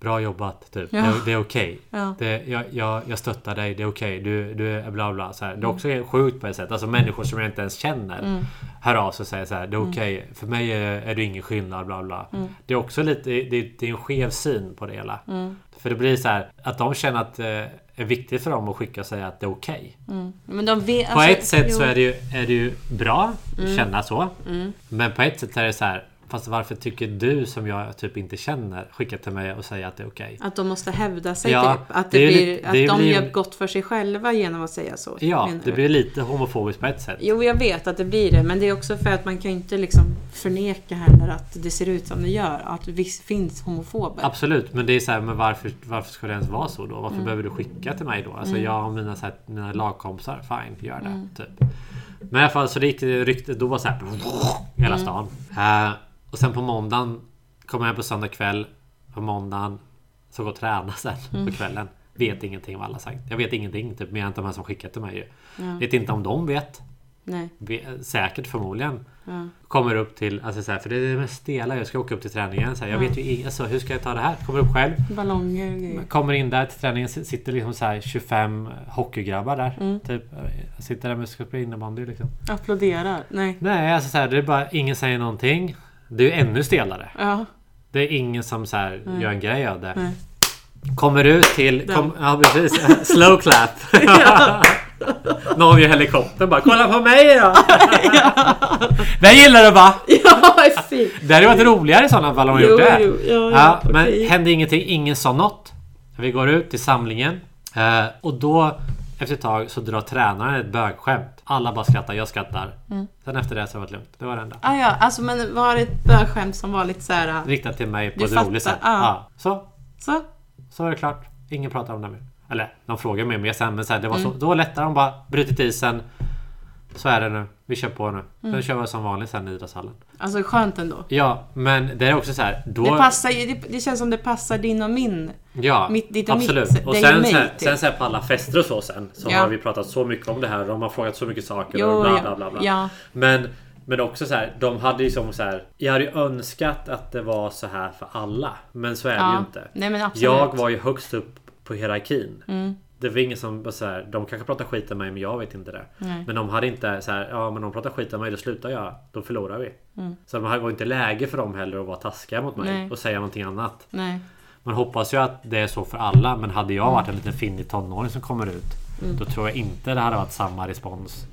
S2: Bra jobbat, typ.
S1: Mm. Ja.
S2: Det, är- det är okej.
S1: Ja.
S2: Det- Jag, jag, jag stöttar dig, det är okej. Du, du är bla bla. Så här. Det är
S1: Mm.
S2: också sjukt på ett sätt. Alltså människor som jag inte ens känner hör av sig och säger så här.
S1: Mm.
S2: Det är okej. För mig är, är du ingen skillnad, bla bla. Det är också lite, det, är- det är en skev syn på det hela.
S1: Mm.
S2: För det blir så här att de känner att det är viktigt för dem att skicka och säga att det är okej.
S1: Men de vet,
S2: På
S1: alltså,
S2: ett sätt
S1: jo. Mm.
S2: så är det ju, är det ju bra att känna så. Men på ett sätt är det så här. Fast varför tycker du som jag typ inte känner skicka till mig och säga att det är okej?
S1: Att de måste hävda sig
S2: Ja,
S1: typ. Att,
S2: det
S1: det
S2: är ju
S1: blir,
S2: lite-
S1: att
S2: det
S1: de
S2: blir ju-
S1: gör gott för sig själva genom att säga så.
S2: Ja,
S1: menar
S2: det
S1: du?
S2: blir lite homofobiskt på ett sätt.
S1: Jo, jag vet att det blir det. Men det är också för att man kan ju inte liksom förneka heller att det ser ut som det gör. Att visst finns homofober.
S2: Absolut, men det är så här, men varför, varför ska det ens vara så då? Varför behöver du skicka till mig då? Alltså jag och mina, så här, mina lagkompisar, fine, gör det. Typ. Men i alla fall så det gick det rykte, då var så här hela stan. Eh, och sen på måndagen, kom jag hem på söndag kväll. På måndagen, så går och träna sen på kvällen. Vet ingenting vad alla sagt. Jag vet ingenting, typ, mer än de här som skickat till mig ju. Vet inte om de vet.
S1: Nej.
S2: Ve- Säkert förmodligen.
S1: Ja.
S2: Kommer upp till, alltså så här, för det är det mest stela, jag ska åka upp till träningen. Så här, jag vet ju inget, alltså, hur ska jag ta det här? Kommer upp själv.
S1: Ballonger och grejer.
S2: Kommer in där till träningen, s- sitter liksom så här 25 hockeygrabbar där. Typ, sitter där med ska spela innebandy liksom.
S1: Applåderar. Nej.
S2: Nej, alltså så här, det är bara ingen säger någonting. Det är ju ännu stelare.
S1: Ja.
S2: Det är ingen som så här, gör en grej av det.
S1: Nej.
S2: Kommer ut till...
S1: Den.
S2: Kom, ja precis, Eh, slow clap. Någon vid helikoptern bara “Kolla på mig då!” Den gillar du va?
S1: Ja, fy.
S2: Det hade varit roligare i sådana fall om de
S1: Jo,
S2: gjort det.
S1: jo, ja, ja,
S2: men
S1: okej.
S2: hände ingenting. Ingen sa något. Vi går ut till samlingen. eh, Och då, efter ett tag, så drar tränaren ett bögskämt. Alla bara skrattar, jag skrattar.
S1: Mm.
S2: Sen efter det så var det lugnt. Det var det enda.
S1: Ah, ja, alltså men var det ett bögskämt som var lite såhär...
S2: Riktat till mig på
S1: Du
S2: ett
S1: fattar,
S2: roligt sätt.
S1: ja.
S2: Ja. Så,
S1: Så?
S2: så var det klart. Ingen pratar om det mer. Eller, de frågar mig mer sen, men så här, det var
S1: Mm.
S2: så, då lättade de bara. Brutit isen. Så är det nu. Vi kör på nu.
S1: Mm.
S2: Sen kör vi som vanligt sen i idrottshallen.
S1: Alltså skönt ändå.
S2: Ja, men det är också så här. Då,
S1: Det, passar, ju- det, det känns som det passar din och min.
S2: Ja,
S1: Mitt- ditt och
S2: absolut.
S1: mitt,
S2: och
S1: dig
S2: sen,
S1: och mig,
S2: sen,
S1: typ.
S2: sen så här på alla fester och så sen så
S1: Ja.
S2: har vi pratat så mycket om det här. De har frågat så mycket saker
S1: Jo,
S2: och bla
S1: ja.
S2: bla bla. bla.
S1: Ja.
S2: Men, men också så här, de hade ju som så här. Jag hade ju önskat att det var så här för alla. Men så är det ju
S1: Ja.
S2: inte.
S1: Nej, men absolut. Mm.
S2: jag var ju högst upp på hierarkin. Det var ingen som var så här, de kanske pratar skit om mig men jag vet inte det.
S1: Nej.
S2: Men de hade inte så här, ja men de pratar skit om mig då slutar jag. Då förlorar vi. Så det var inte läge för dem heller att vara taskiga mot mig
S1: Mm. Nej.
S2: och säga någonting annat.
S1: Nej.
S2: Man hoppas ju att det är så för alla men hade jag varit en liten finnig tonåring som kommer ut
S1: Mm.
S2: Då tror jag inte det hade varit samma respons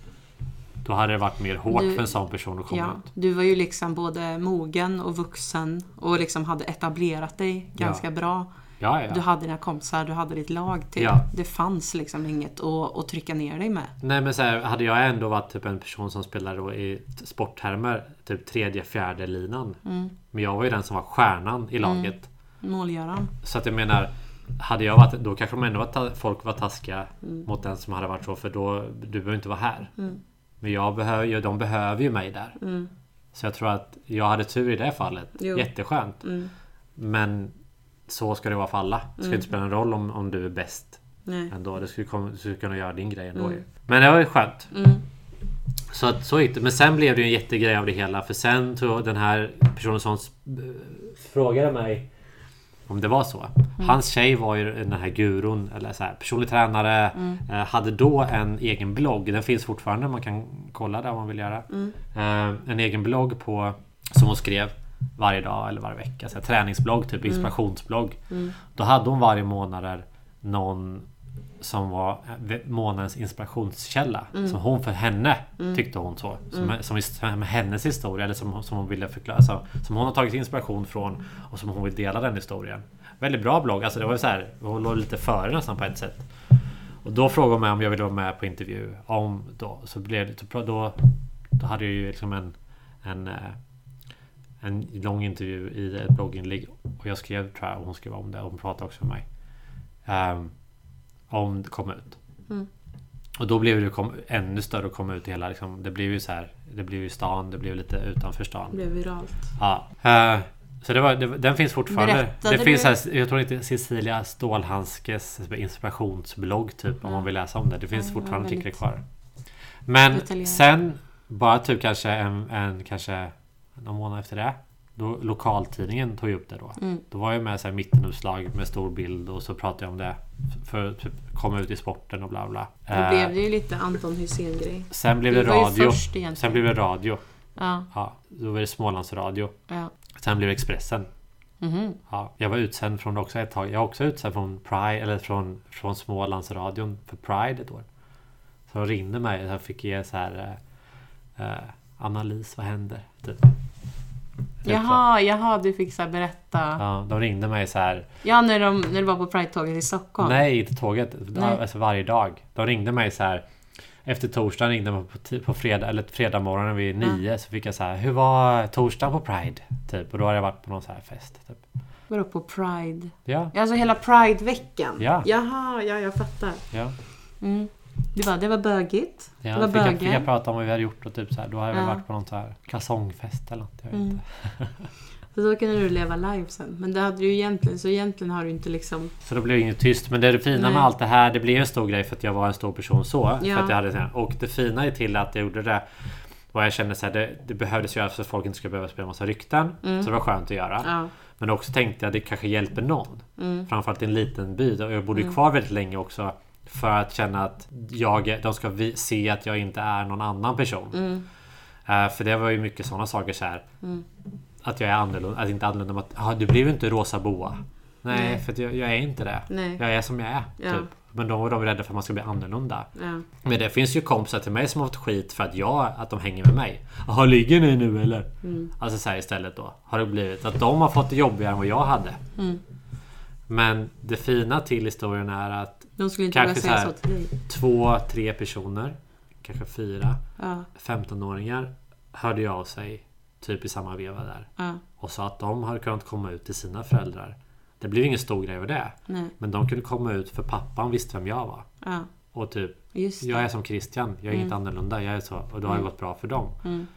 S2: Då hade det varit mer hårt
S1: Du-
S2: för en sån person att komma
S1: Ja,
S2: ut
S1: du var ju liksom både mogen och vuxen och liksom hade etablerat dig
S2: Ja.
S1: ganska bra.
S2: Ja, ja.
S1: Du hade dina kompisar, du hade ditt lag. Typ.
S2: Ja.
S1: Det fanns liksom inget att, att trycka ner dig med.
S2: Nej men så här, hade jag ändå varit typ en person som spelar då i t- sporttermer Typ tredje, fjärde linan
S1: Mm.
S2: Men jag var ju den som var stjärnan i laget
S1: Målgöran.
S2: Så att jag menar hade jag varit, då kanske de ändå var ta- folk var taskiga mot den som hade varit så för då du behöver inte vara här. Men jag behöver, ju- de behöver ju mig där. Så jag tror att jag hade tur i det fallet.
S1: Jo.
S2: Jätteskönt. Men så ska det vara för alla. Det ska inte spela någon roll om, om du är bäst
S1: Nej.
S2: ändå. Du skulle, komma, du skulle kunna göra din grej ändå ju. Men det var ju skönt. Så, att, så gick det. Men sen blev det ju en jättegrej av det hela. För sen tog den här personen som sp- frågade mig om det var så. Hans tjej var ju den här gurun, eller så här, personlig tränare. Eh, hade då en egen blogg. Den finns fortfarande, man kan kolla där om man vill göra. Eh, en egen blogg på, som hon skrev varje dag eller varje vecka. Så här, träningsblogg, typ inspirationsblogg. Då hade hon varje månad någon som var eh, månadens inspirationskälla. Som hon för henne tyckte hon så. Som, som, i- som hennes historia eller som, som hon ville förklara. Som, som hon har tagit inspiration från och som hon vill dela den historien. Väldigt bra blogg. Alltså det var ju så här, hon låg lite före nästan på ett sätt. Och då frågade hon mig om jag ville vara med på intervju. Om då, så blev det, så då, då hade jag ju liksom en, en, eh, en lång intervju i ett blogginlägg. Och jag skrev tror jag, och hon skrev om det. Och hon pratade också med mig. Ehm, om det kom ut. Och då blev det kom, ännu större att komma ut i hela. Liksom, det blev ju så här. Det blev ju stan, det blev lite utanför stan.
S1: Blev viralt.
S2: Ja. Eh, så det var, det, den finns fortfarande.
S1: Berättade
S2: det finns
S1: du-
S2: här, jag tror inte Cecilia Stålhandskes inspirationsblogg typ om man vill läsa om det. Det finns
S1: Ja, det var
S2: fortfarande artiklar
S1: väldigt
S2: kvar. Men
S1: detaljerat.
S2: sen bara typ kanske en, en kanske någon månad efter det Då, lokaltidningen tog ju upp det då.
S1: Mm.
S2: Då var jag med så här mittenuppslag med stor bild och så pratade jag om det. För att typ komma ut i sporten och bla bla.
S1: Då
S2: Eh,
S1: blev det ju lite Anton Hysén-grej.
S2: sen blev
S1: vi
S2: det
S1: var ju
S2: radio.
S1: först egentligen.
S2: Sen blev det radio.
S1: Ja,
S2: Ja, då var det Smålandsradio.
S1: ja.
S2: Sen blev det Expressen.
S1: Mhm.
S2: Ja, jag var utsänd från det också ett tag. Jag var också utsänd från Pride, eller från, från Smålandsradion för Pride ett år. Så de ringde mig och jag fick ge så här eh, eh, analys, vad händer? Typ.
S1: Jaha, jaha, du fick så här berätta.
S2: Ja, de ringde mig så här.
S1: Ja, när, de, när du var på Pride-tåget i Stockholm.
S2: Nej, inte tåget.
S1: Nej.
S2: Alltså varje dag. De ringde mig så här. Efter torsdagen ringde de på, ti- på fredag, eller fredag morgonen vid nio så fick jag så här. Hur var torsdagen på Pride? Typ. Och då hade jag varit på någon så här fest. Typ.
S1: Vadå på Pride?
S2: Ja,
S1: Ja, Alltså hela Pride-veckan?
S2: Ja.
S1: Jaha, ja jag fattar.
S2: ja.
S1: Mm. Du bara, det var bögigt.
S2: Ja,
S1: det var
S2: fick, jag, fick jag
S1: böger.
S2: prata om vad vi hade gjort och typ så här, då hade vi
S1: Ja. Mm.
S2: varit på någon så här kalsongfest eller något. Jag vet inte.
S1: Så då kunde du leva live sen. Men det hade du ju egentligen, så egentligen har du inte liksom...
S2: Så då blev det inget tyst. Men det, är det fina
S1: Nej.
S2: med allt det här, det blev en stor grej för att jag var en stor person så.
S1: Ja.
S2: För att jag hade, så här- och det fina är till att jag gjorde det och jag kände så här, det, det behövdes göras för att folk inte skulle behöva sprida massa rykten.
S1: Mm.
S2: Så det var skönt att göra.
S1: Ja. Mm.
S2: Men också tänkte jag att det kanske hjälper någon. Framförallt i en liten by. Och jag bodde ju kvar väldigt länge också. För att känna att jag, de ska vi, se att jag inte är någon annan person.
S1: Mm.
S2: Eh, för det var ju mycket sådana saker så här. Att jag är annorlunda, att inte annorlunda. men Att, ah, du blev ju inte rosa boa. Nej,
S1: Nej.
S2: för att jag, jag är inte det.
S1: Nej.
S2: Jag är som jag är.
S1: Ja.
S2: Typ. Men då var de rädda för att man ska bli annorlunda.
S1: Ja.
S2: Men det finns ju kompisar till mig som har fått skit för att jag, att de hänger med mig. Jaha, ligger ni nu eller?
S1: Mm.
S2: Alltså så här istället då. Har det blivit att de har fått det jobbigare än vad jag hade.
S1: Mm.
S2: Men det fina till historien är att
S1: De skulle inte våga
S2: Kanske
S1: säga
S2: så
S1: så,
S2: här.
S1: till dig.
S2: två, tre personer, kanske fyra,
S1: Ja,
S2: 15-åringar hörde jag av sig typ i samma veva där.
S1: ja,
S2: Och sa att de hade kunnat komma ut till sina föräldrar. Det blev ingen stor grej över det.
S1: nej,
S2: Men de kunde komma ut för pappan visste vem jag var.
S1: ja.
S2: Och typ
S1: Just det.
S2: jag är som Christian, jag är inget annorlunda. Jag är så, och då har det gått bra för dem.
S1: Mm.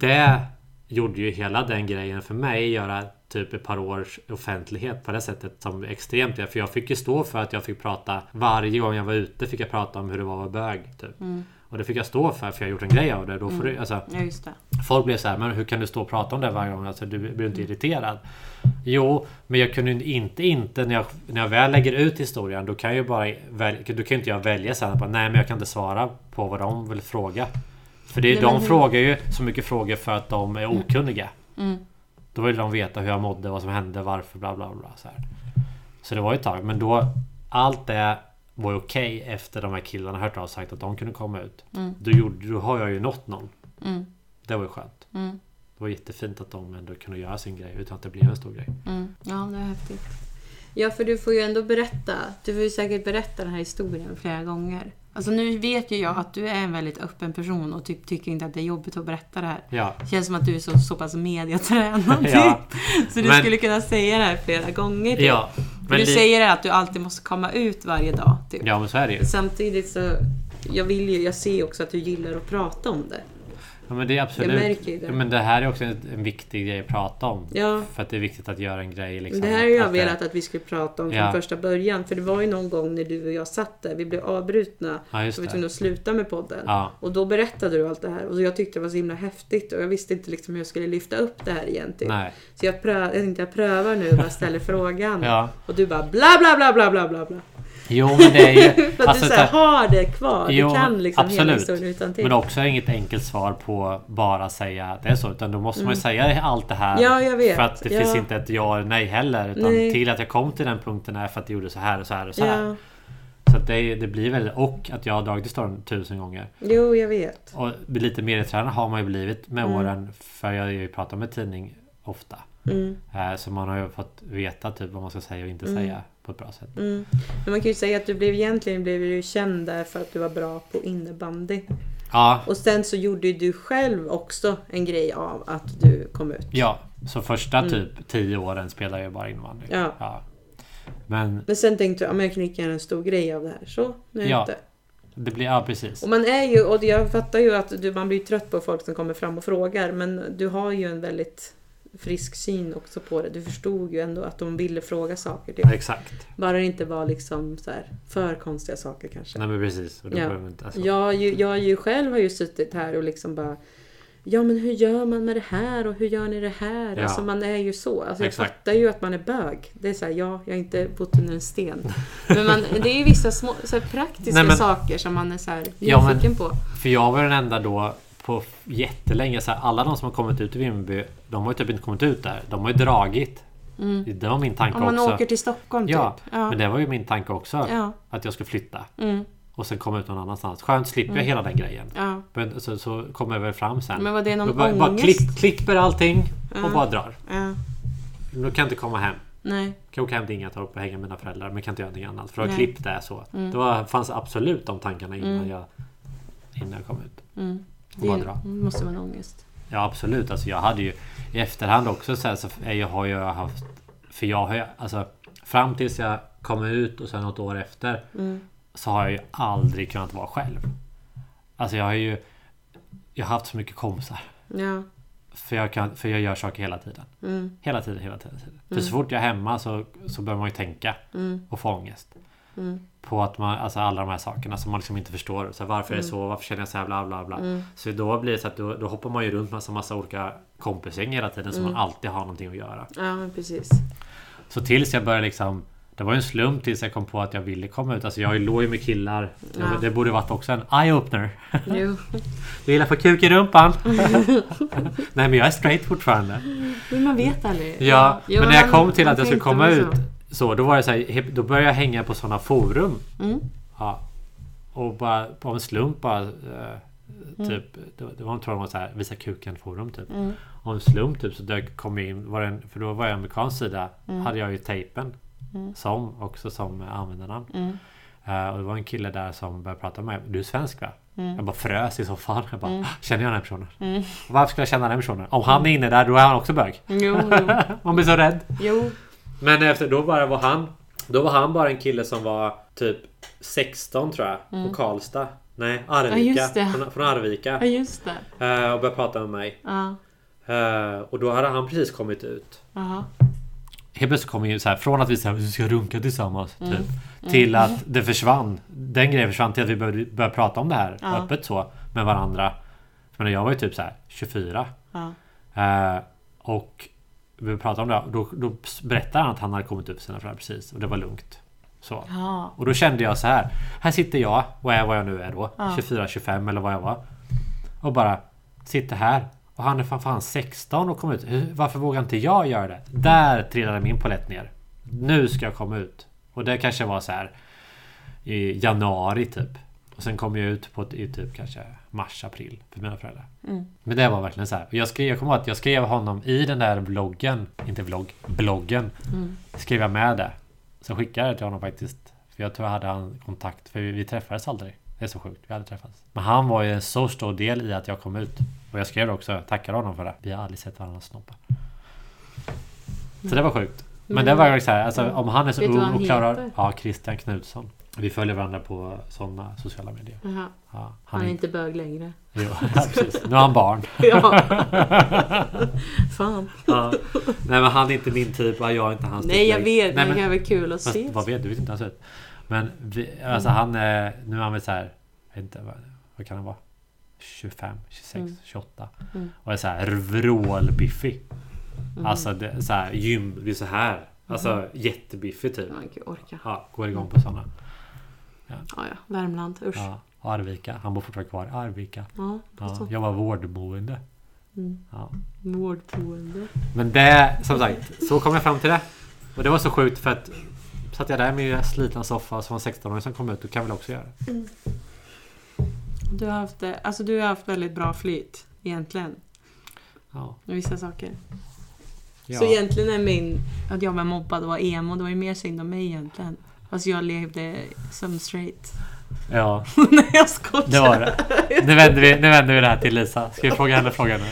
S2: Det gjorde ju hela den grejen för mig göra typ ett par års offentlighet på det sättet som extremt är. För jag fick ju stå för att jag fick prata varje gång jag var ute fick jag prata om hur det var att vara bög. Typ.
S1: Mm.
S2: Och det fick jag stå för för jag har gjort en grej av det. Då får du, alltså,
S1: Ja, just det.
S2: Folk blev så här, men hur kan du stå och prata om det varje gång? Alltså, du blir inte irriterad. Jo, men jag kunde ju inte, inte när, jag, när jag väl lägger ut historien, då kan jag ju bara välja, då kan ju inte jag välja sen att bara, nej men jag kan inte svara på vad de vill fråga. För det, är
S1: Nej,
S2: de
S1: men hur- Mm.
S2: frågar ju så mycket frågor för att de är okunniga. Då vill de veta hur jag mådde, vad som hände, varför, bla bla bla. Så, här. så det var ju ett tag, men då allt det var ju okej efter de här killarna hört av och sagt att de kunde komma ut. Då, gjorde, då har jag ju nått någon.
S1: Mm.
S2: Det var ju skönt.
S1: Mm.
S2: Det var jättefint att de ändå kunde göra sin grej utan att det blev en stor grej.
S1: Mm. Ja, det är häftigt. Ja, för du får ju ändå berätta. Du får ju säkert berätta den här historien flera gånger. Alltså nu vet ju jag att du är en väldigt öppen person och typ tycker inte att det är jobbigt att berätta det här.
S2: Ja,
S1: Det känns som att du är så, så pass mediatränad typ.
S2: Ja,
S1: Så du
S2: men-
S1: skulle kunna säga det här flera gånger. Typ.
S2: ja.
S1: För
S2: Men
S1: du
S2: li-
S1: säger det här att du alltid måste komma ut varje dag. Typ.
S2: ja, men så är det ju.
S1: Samtidigt så jag vill ju, jag ser ju också att du gillar att prata om det.
S2: Ja, men det är absolut.
S1: Jag märker ju det.
S2: Ja, Men det här är också en, en viktig grej att prata om.
S1: Ja.
S2: För att det är viktigt att göra en grej. Liksom,
S1: Det här har jag
S2: att det-
S1: velat att vi skulle prata om från
S2: Ja.
S1: första början. För det var ju någon gång när du och jag satt där, vi blev avbrutna.
S2: Ja, just
S1: så vi var
S2: det.
S1: tvungna att sluta med podden.
S2: Ja.
S1: Och då berättade du allt det här. Och jag tyckte det var så himla häftigt. Och jag visste inte liksom hur jag skulle lyfta upp det här igen. Typ.
S2: Nej.
S1: Så jag, prö- jag tänkte jag prövar nu och bara ställer frågan.
S2: Ja. Eh,
S1: Och du bara bla bla bla bla bla bla bla.
S2: Jo, men det är ju...
S1: För att du så här, har det kvar.
S2: alltså, Jo,
S1: du kan liksom hela
S2: absolut.
S1: historien utan
S2: Men också inget enkelt svar på bara säga att det är så. Utan då måste man ju säga allt det här.
S1: Mm. Ja, jag vet.
S2: För att det
S1: Ja.
S2: finns inte ett ja eller nej heller. Utan
S1: Nej.
S2: till att jag kom till den punkten är för att jag gjorde så här och så här och så här.
S1: Ja,
S2: Så att det, är- det blir väl... Och att jag har dragit i storm tusen gånger.
S1: jo, jag vet.
S2: Och lite medietränare har man ju blivit med åren. För jag har ju pratat med tidning ofta.
S1: Mm.
S2: Eh, Så man har ju fått veta typ vad man ska säga och inte säga på ett bra sätt.
S1: Mm. Men man kan ju säga att du blev egentligen blev du ju känd där för att du var bra på innebandy.
S2: Ja,
S1: Och sen så gjorde ju du själv också en grej av att du kom ut.
S2: ja. Så första typ tio åren spelar jag bara innebandy.
S1: Mm. Ja.
S2: Men
S1: Men sen tänkte du, ja men jag kan lika gärna göra en stor grej av det här. Så, nu är
S2: Ja.
S1: jag ute.
S2: det blir... Ja, precis.
S1: Och man är ju, och jag fattar ju att du, man blir ju trött på folk som kommer fram och frågar. Men du har ju en väldigt frisk syn också på det. Du förstod ju ändå att de ville fråga saker. Typ.
S2: Exakt.
S1: Bara det inte var liksom så här, för konstiga saker kanske.
S2: Nej men precis. Och då
S1: Ja.
S2: behöver man inte, alltså.
S1: Jag, har ju- jag har ju själv har ju suttit här och liksom bara Ja men hur gör man med det här och hur gör ni det här?
S2: Ja.
S1: Alltså man är ju så. Alltså, jag
S2: Exakt.
S1: fattar ju att man är bög. Det är såhär, ja jag har inte bott under en sten. Men man, det är ju vissa små så här, praktiska
S2: Nej, men-
S1: saker som man är så här,
S2: Ja, men-
S1: nyfiken på.
S2: För jag var den enda då på f- jättelänge. Så här, alla de som har kommit ut i Vimmerby, de har ju typ inte kommit ut där. De har ju dragit. Det var min tanke
S1: Mm. Om man
S2: också.
S1: åker till Stockholm
S2: ja,
S1: typ. Ja.
S2: men det var ju min tanke också.
S1: Ja.
S2: Att jag skulle flytta.
S1: Mm,
S2: Och sen komma ut någon annanstans. Skönt slipper jag hela den grejen.
S1: ja.
S2: Men, så, så kommer jag väl fram sen.
S1: Mm. Men var det någon
S2: Då bara, bara
S1: ångest?
S2: klipp, klipper allting och
S1: Mm.
S2: bara drar.
S1: ja.
S2: Då kan jag inte komma hem.
S1: Nej.
S2: Jag kan åka hem till Ingatorp och hänga med mina föräldrar men jag kan inte göra något annat. För då har
S1: Nej.
S2: klippt det så. Det var, fanns absolut de tankarna innan,
S1: Mm.
S2: jag, innan jag kom ut.
S1: Mm.
S2: Och
S1: Det
S2: bara
S1: är,
S2: dra.
S1: ju- måste vara en ångest.
S2: Ja absolut. Alltså, jag hade ju i efterhand också så, här, så är jag, har jag haft... För jag har ju, alltså, Fram tills jag kom ut och sen något år efter
S1: Mm.
S2: så har jag ju aldrig kunnat vara själv. Alltså jag har ju... Jag har haft så mycket kompisar.
S1: Ja.
S2: För jag, kan, för jag gör saker hela tiden.
S1: Mm.
S2: Hela tiden, hela tiden. hela tiden. För så fort jag är hemma så, så börjar man ju tänka
S1: Mm.
S2: och få ångest.
S1: Mm.
S2: På att man, alltså alla de här sakerna som man liksom inte förstår. Så här, varför
S1: Mm.
S2: är det så? Varför känner jag så här? Bla, bla, bla. Så då blir det så att då, då hoppar man ju runt massa, massa olika kompisgäng hela tiden. Så
S1: Mm.
S2: man alltid har någonting att göra.
S1: Ja, men precis.
S2: Så tills jag började liksom det var ju en slump tills jag kom på att jag ville komma ut. Alltså jag låg ju med killar.
S1: Ja.
S2: Det borde varit också en eye-opener.
S1: Jo.
S2: Du gillar att få kuk i rumpan. Nej men jag är straight fortfarande.
S1: Men man vet aldrig.
S2: Ja,
S1: Jo,
S2: men när jag
S1: man-
S2: kom till
S1: man
S2: att jag skulle
S1: tänkte
S2: komma
S1: väl
S2: ut
S1: så.
S2: så då var det så här, he- då började jag hänga på sådana forum.
S1: Mm.
S2: Ja. Och bara på en slump bara eh, typ, det, var- det var tror jag det var så här, visa kuken forum typ.
S1: Mm.
S2: Och en slump typ så dök, kom jag in, var det en, för då var jag amerikansk sida,
S1: Mm.
S2: hade jag ju tejpen som också som eh, användarnamn.
S1: Mm.
S2: Eh, och det var en kille där som började prata med mig. Du är svensk va?
S1: Mm.
S2: Jag bara frös i soffan. Jag bara, "Ah, känner jag den här personen? Varför skulle jag känna den här personen? Om han är inne där då är han också bög.
S1: Jo, jo.
S2: Man blir så rädd.
S1: jo.
S2: Men efter då bara var han Då var han bara en kille som var typ 16 tror jag Från Karlstad Nej Arvika
S1: Mm. just det.
S2: från, från Arvika
S1: Ja, just det.
S2: eh, Och började prata med mig
S1: Ja.
S2: Eh, Och då hade han precis kommit ut
S1: Jaha.
S2: Helt plötsligt kom ju så här från att vi så här, vi ska runka tillsammans typ, Till att det försvann Den grejen försvann till att vi började, började prata om det här
S1: Ja.
S2: öppet så Med varandra Men jag var ju typ så här 24
S1: Ja.
S2: Eh, och vi pratade om det. här. Då, då berättar han att han hade kommit upp sina föräldrar precis och det var lugnt. Så.
S1: Ja.
S2: Och då kände jag så här. Här sitter jag och är vad jag nu är då.
S1: Ja.
S2: 24, 25 eller vad jag var. Och bara sitter här. Och han är fan, fan 16 och kom ut. Hur- Varför vågar inte jag göra det? Där trillade min polett ner. Nu ska jag komma ut. Och det kanske var så här i januari typ. Och sen kom jag ut på ett, i typ kanske mars, april för mina föräldrar.
S1: Mm.
S2: Men det var verkligen så här. Och Jag, skrev, jag kommer ihåg att jag skrev honom i den där bloggen, inte vlogg, bloggen.
S1: Mm.
S2: Skrev jag med det. Sen skickade jag det till honom faktiskt. För jag tror jag hade han kontakt, för vi, vi träffades aldrig. Det är så sjukt, vi hade träffats. Men han var ju en så stor del i att jag kom ut. Och jag skrev också, tackade honom för det. Vi har aldrig sett varandra snoppa. Så det var sjukt. Men
S1: Men-
S2: det var ju så här, alltså, om han är så
S1: Vet du vad
S2: ung
S1: han
S2: och klarar...
S1: heter?
S2: Ja, Christian Knutsson. Vi följer varandra på sådana sociala medier.
S1: Jaha.
S2: Ja, han,
S1: Han är
S2: är,
S1: inte bög längre.
S2: jo, precis. Nu har han barn.
S1: Ja. Fan.
S2: Ja. Nej men han är inte min typ och jag är inte hans
S1: Nej,
S2: typ.
S1: jag vet.
S2: Nej,
S1: men... Det
S2: men,
S1: kan vara kul att
S2: fast,
S1: se.
S2: vad vet du? vet inte hans typ. Men vi, alltså han är, nu är han väl såhär, jag vet inte, vad, vad kan han vara? 25, 26, 28.
S1: Mm.
S2: Och är såhär vrålbiffig. Alltså det, så här, gym, det är så här. Alltså
S1: Mm.
S2: jättebiffig typ.
S1: Man kan ju orka.
S2: Ja, går igång på sådana.
S1: Ja, ja. Värmland. Usch. Ja.
S2: Ja, och Arvika, han bor fortfarande kvar i Arvika. Ja,
S1: Ja.
S2: jag var vårdboende.
S1: Mm.
S2: Ja.
S1: Vårdboende.
S2: Men det, som sagt, så kom jag fram till det. Och det var så sjukt för att satt jag där med min slitna soffa som var 16-åring som kom ut, då kan jag väl också göra det.
S1: Du har haft, det- alltså, du har haft väldigt bra flyt. Egentligen.
S2: Ja.
S1: Med vissa saker.
S2: Ja.
S1: Så egentligen är min... Att jag var mobbad och var emo. Det var ju mer synd om mig egentligen. Fast jag levde som straight.
S2: ja,
S1: Nej, jag skojar.
S2: det var det. Nu vänder, vi, nu vänder vi det här till Lisa. Ska vi fråga henne frågan nu?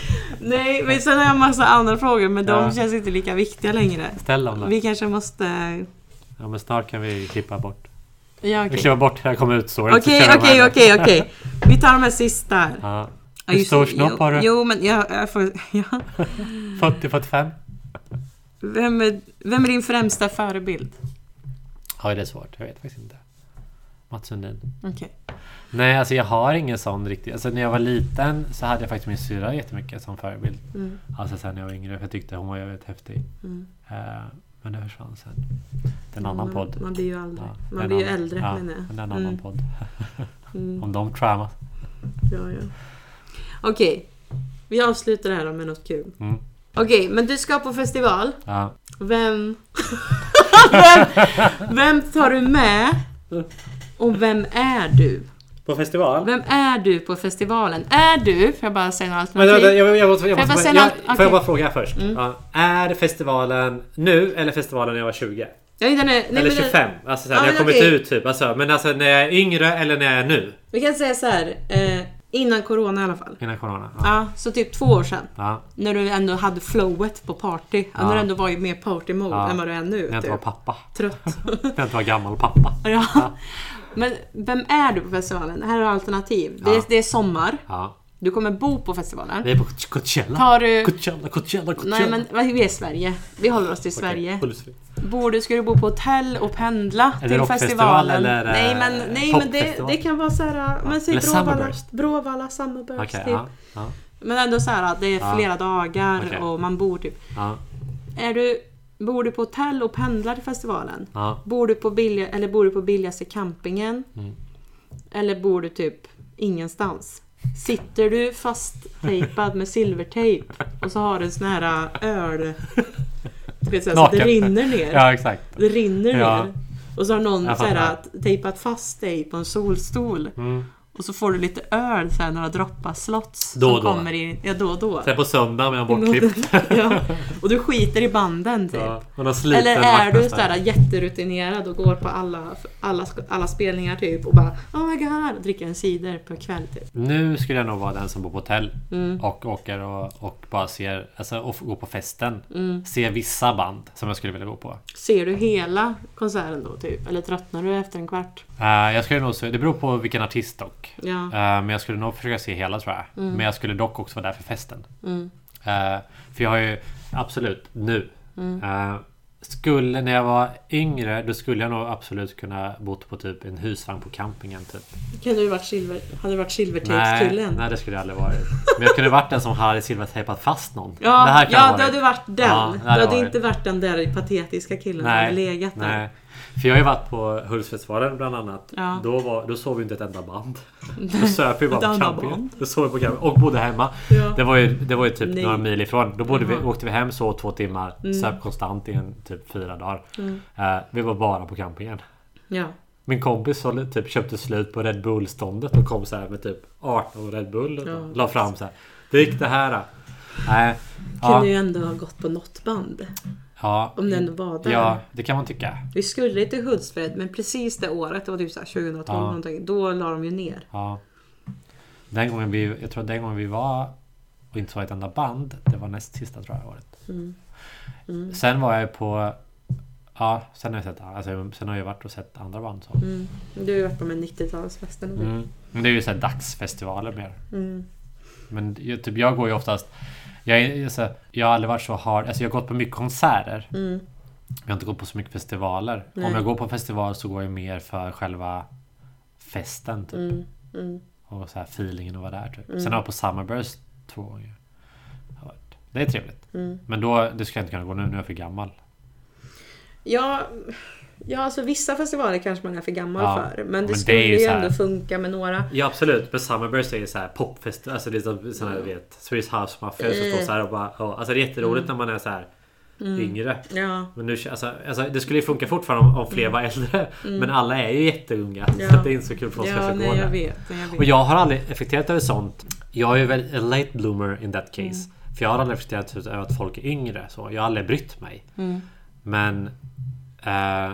S1: Nej, men sen har jag massa andra frågor men de
S2: Ja.
S1: känns inte lika viktiga längre.
S2: Ställ dem då.
S1: Vi kanske måste...
S2: Ja, men snart kan vi klippa bort.
S1: Ja,
S2: Vi
S1: okej.
S2: klipper bort hela kom ut så.
S1: Okej, okej, okej, okej. Vi tar de här sista. här.
S2: Ja.
S1: Ja,
S2: Hur
S1: just-
S2: stor snopp
S1: jo-
S2: har du?
S1: Jo, men jag, jag får... Ja.
S2: 40-45?
S1: Vem, är, vem är din främsta förebild?
S2: Ja, det är svårt. Jag vet faktiskt inte. Mats Sundin.
S1: Okej.
S2: Nej, alltså jag har ingen sån riktigt. Alltså när jag var liten så hade jag faktiskt min syrra jättemycket som förebild.
S1: Mm.
S2: Alltså sen när jag var yngre, för jag tyckte hon var väldigt häftig.
S1: Mm.
S2: Eh, Men det försvann sen. Det är en annan
S1: man,
S2: podd.
S1: Man blir ju äldre.
S2: Ja,
S1: Mm.
S2: det är
S1: man
S2: en
S1: blir ju
S2: annan-
S1: äldre
S2: ja,
S1: menar jag.
S2: Det är en annan
S1: Mm,
S2: podd.
S1: mm,
S2: Om de trauma.
S1: ja, ja. Okej, vi avslutar det här då med något kul.
S2: Mm.
S1: Okej, men du ska på festival.
S2: Ja.
S1: Vem... vem, vem tar du med? Och vem är du?
S2: På festival?
S1: Vem är du på festivalen? Är du, får jag bara säga något
S2: Men jag, jag,
S1: alternativ?
S2: jag, jag, måste- jag,
S1: Får jag bara
S2: måste-
S1: säga
S2: jag,
S1: något?
S2: Får
S1: Okej. Mm.
S2: jag bara fråga först? Ja. Är festivalen nu eller festivalen när jag var 20?
S1: Jag är inte- nej,
S2: eller
S1: men det-
S2: 25? Alltså såhär,
S1: Ja,
S2: när jag
S1: men
S2: kommit
S1: okej.
S2: ut typ. Alltså, men alltså när jag är yngre eller när jag är nu?
S1: Vi kan säga så här. Eh, innan corona i alla fall.
S2: Innan corona? Ja.
S1: Ja, så typ två år sedan.
S2: ja.
S1: När du ändå hade flowet på party. Ja. När du ändå var i mer party-mode
S2: Ja.
S1: än vad du är nu.
S2: När jag inte var
S1: Typ.
S2: pappa.
S1: Trött.
S2: När jag inte var gammal pappa.
S1: ja. Men vem är du på festivalen? Här är alternativ. Det, är,
S2: Ja.
S1: det är sommar.
S2: Ja.
S1: Du kommer bo på festivalen.
S2: Vi är på Coachella.
S1: Tar du...
S2: Coachella, Coachella, Coachella.
S1: Nej men vad- vi är Sverige. Vi håller oss till
S2: Okej,
S1: Sverige.
S2: bullsfritt.
S1: Bor du, ska du bo på hotell och pendla
S2: Eller
S1: till
S2: rockfestival
S1: festivalen?
S2: eller, eh,
S1: nej men, nej, men det,
S2: popfestival?
S1: det kan vara såhär, men säg
S2: Eller
S1: Bråvalla,
S2: Summerburst.
S1: Bråvalla, Summerburst
S2: Okej,
S1: typ.
S2: ja, ja,
S1: Men ändå såhär att det är
S2: Ja.
S1: flera dagar
S2: Okej.
S1: och man bor typ.
S2: ja,
S1: Är du, bor du på hotell och pendlar till festivalen?
S2: ja.
S1: Bor du på, billiga, eller bor du på billigaste campingen?
S2: Mm.
S1: Eller bor du typ ingenstans? Sitter du fasttejpad med silvertejp och så har du en sån här äh, öl... Du vet, så här, så att det
S2: Naken.
S1: rinner ner.
S2: Ja, exakt.
S1: Det rinner
S2: Ja.
S1: ner. Och så har någon
S2: Jag
S1: så här, äh,
S2: fattar.
S1: tejpat fast dig på en solstol.
S2: Mm.
S1: Och så får du lite öl, så här, några droppar slots.
S2: Då och
S1: som
S2: då.
S1: kommer in, ja, då och då.
S2: Sen på söndag med en bortklippt.
S1: ja. Och du skiter i banden typ.
S2: Ja, och någon sliten
S1: Eller är du
S2: vaktmästare.
S1: sådär jätterutinerad och går på alla, alla, alla spelningar typ och bara Oh my god, och dricker en cider på kväll typ.
S2: Nu skulle jag nog vara den som bor på hotell
S1: Mm.
S2: och åker och, och bara ser, alltså och går på festen.
S1: Mm.
S2: Se vissa band som jag skulle vilja gå på.
S1: Ser du hela konserten då typ? Eller tröttnar du efter en kvart?
S2: Eh, jag skulle nog se, det beror på vilken artist dock.
S1: Ja.
S2: Eh, men jag skulle nog försöka se hela tror jag. Men jag skulle dock också vara där för festen.
S1: Mm.
S2: Eh, för jag har ju, absolut, nu.
S1: Mm.
S2: Eh, skulle, när jag var yngre, då skulle jag nog absolut kunna bott på typ en husvagn på campingen typ.
S1: Kan du varit silver, hade du varit
S2: Nej,
S1: silvertejpskillen?
S2: nej, det skulle jag aldrig varit. Men jag kunde varit den som hade silvertejpat fast någon. det
S1: Ja,
S2: här kan jag
S1: ja
S2: ha
S1: då hade
S2: varit.
S1: du varit den.
S2: Ja, det
S1: du
S2: hade
S1: hade
S2: varit.
S1: inte varit den där patetiska killen som hade legat där.
S2: nej. För jag har ju varit på Hultsfredsfestivalen bland annat.
S1: Ja.
S2: Då, var, då såg vi inte ett enda band. Då söp vi bara
S1: Ett
S2: på
S1: enda
S2: campingen.
S1: band.
S2: Då sov vi på campingen och bodde hemma.
S1: Ja.
S2: Det var ju, det var ju typ
S1: Nej.
S2: några mil ifrån. Då bodde vi,
S1: Jaha. Mm.
S2: åkte vi hem så två timmar. Söp konstant i en typ fyra dagar. Eh, vi var bara på campingen.
S1: Ja.
S2: Min kompis håller- typ, köpte slut på Red Bull-ståndet och kom så här med typ 18 Red Bull och
S1: Ja.
S2: la fram så här. Det gick det här. då." Nej.
S1: Kunde
S2: ja,
S1: ju ändå ha gått på något band.
S2: ja,
S1: Om det ändå var där.
S2: ja, det kan man tycka.
S1: Vi skulle till Hultsfred men precis det året, det var typ så här 2012
S2: Ja.
S1: någonting, då la de ju ner.
S2: Ja. Den gången vi, jag tror att den gången vi var och inte var ett enda band, det var näst sista tror jag året.
S1: Mm.
S2: Sen var jag på Ja, sen har jag sett alltså, sen har jag varit och sett andra band. Så.
S1: Mm. Du har ju varit på de här 90-talsfesten. och
S2: Mm. Men det är ju så här dagsfestivaler mer.
S1: Mm.
S2: Men jag, typ, jag går ju oftast... Jag, är- jag, är så här- jag har aldrig varit så hard. Alltså jag har gått på mycket konserter.
S1: Mm.
S2: Jag har inte gått på så mycket festivaler.
S1: Nej.
S2: Om jag går på festival så går jag mer för själva festen. Typ.
S1: Mm. Mm.
S2: Och så här feelingen att vara där. Typ. Sen har jag på Summerburst två gånger. Har varit. Det är trevligt.
S1: Mm.
S2: Men då, det ska jag inte kunna gå nu. Nu är jag för gammal.
S1: Ja, ja, alltså vissa festivaler kanske man är för gammal
S2: Ja,
S1: för. Men det
S2: men det är
S1: skulle
S2: ju
S1: ju
S2: så här-
S1: ändå funka med några.
S2: Ja absolut. Men Summerburst är ju så här popfest. Alltså det är som sån här du vet. Swedish House Mafia som
S1: Mm.
S2: står så här och bara... ja. Alltså det är jätteroligt när man är så här yngre.
S1: Ja,
S2: Men nu, alltså, alltså, det skulle ju funka fortfarande om, om fler var äldre. Men alla är ju jätteunga.
S1: Mm. Ja.
S2: Så att det är inte så kul för oss
S1: ja
S2: kanske
S1: nej,
S2: att gå
S1: jag
S2: där.
S1: vet. Jag vet.
S2: Och jag har aldrig reflekterat över sånt. Jag är ju väl a late bloomer in that case.
S1: Mm.
S2: För jag har aldrig reflekterat typ över att folk är yngre. Så jag har aldrig brytt mig.
S1: Mm.
S2: Men eh,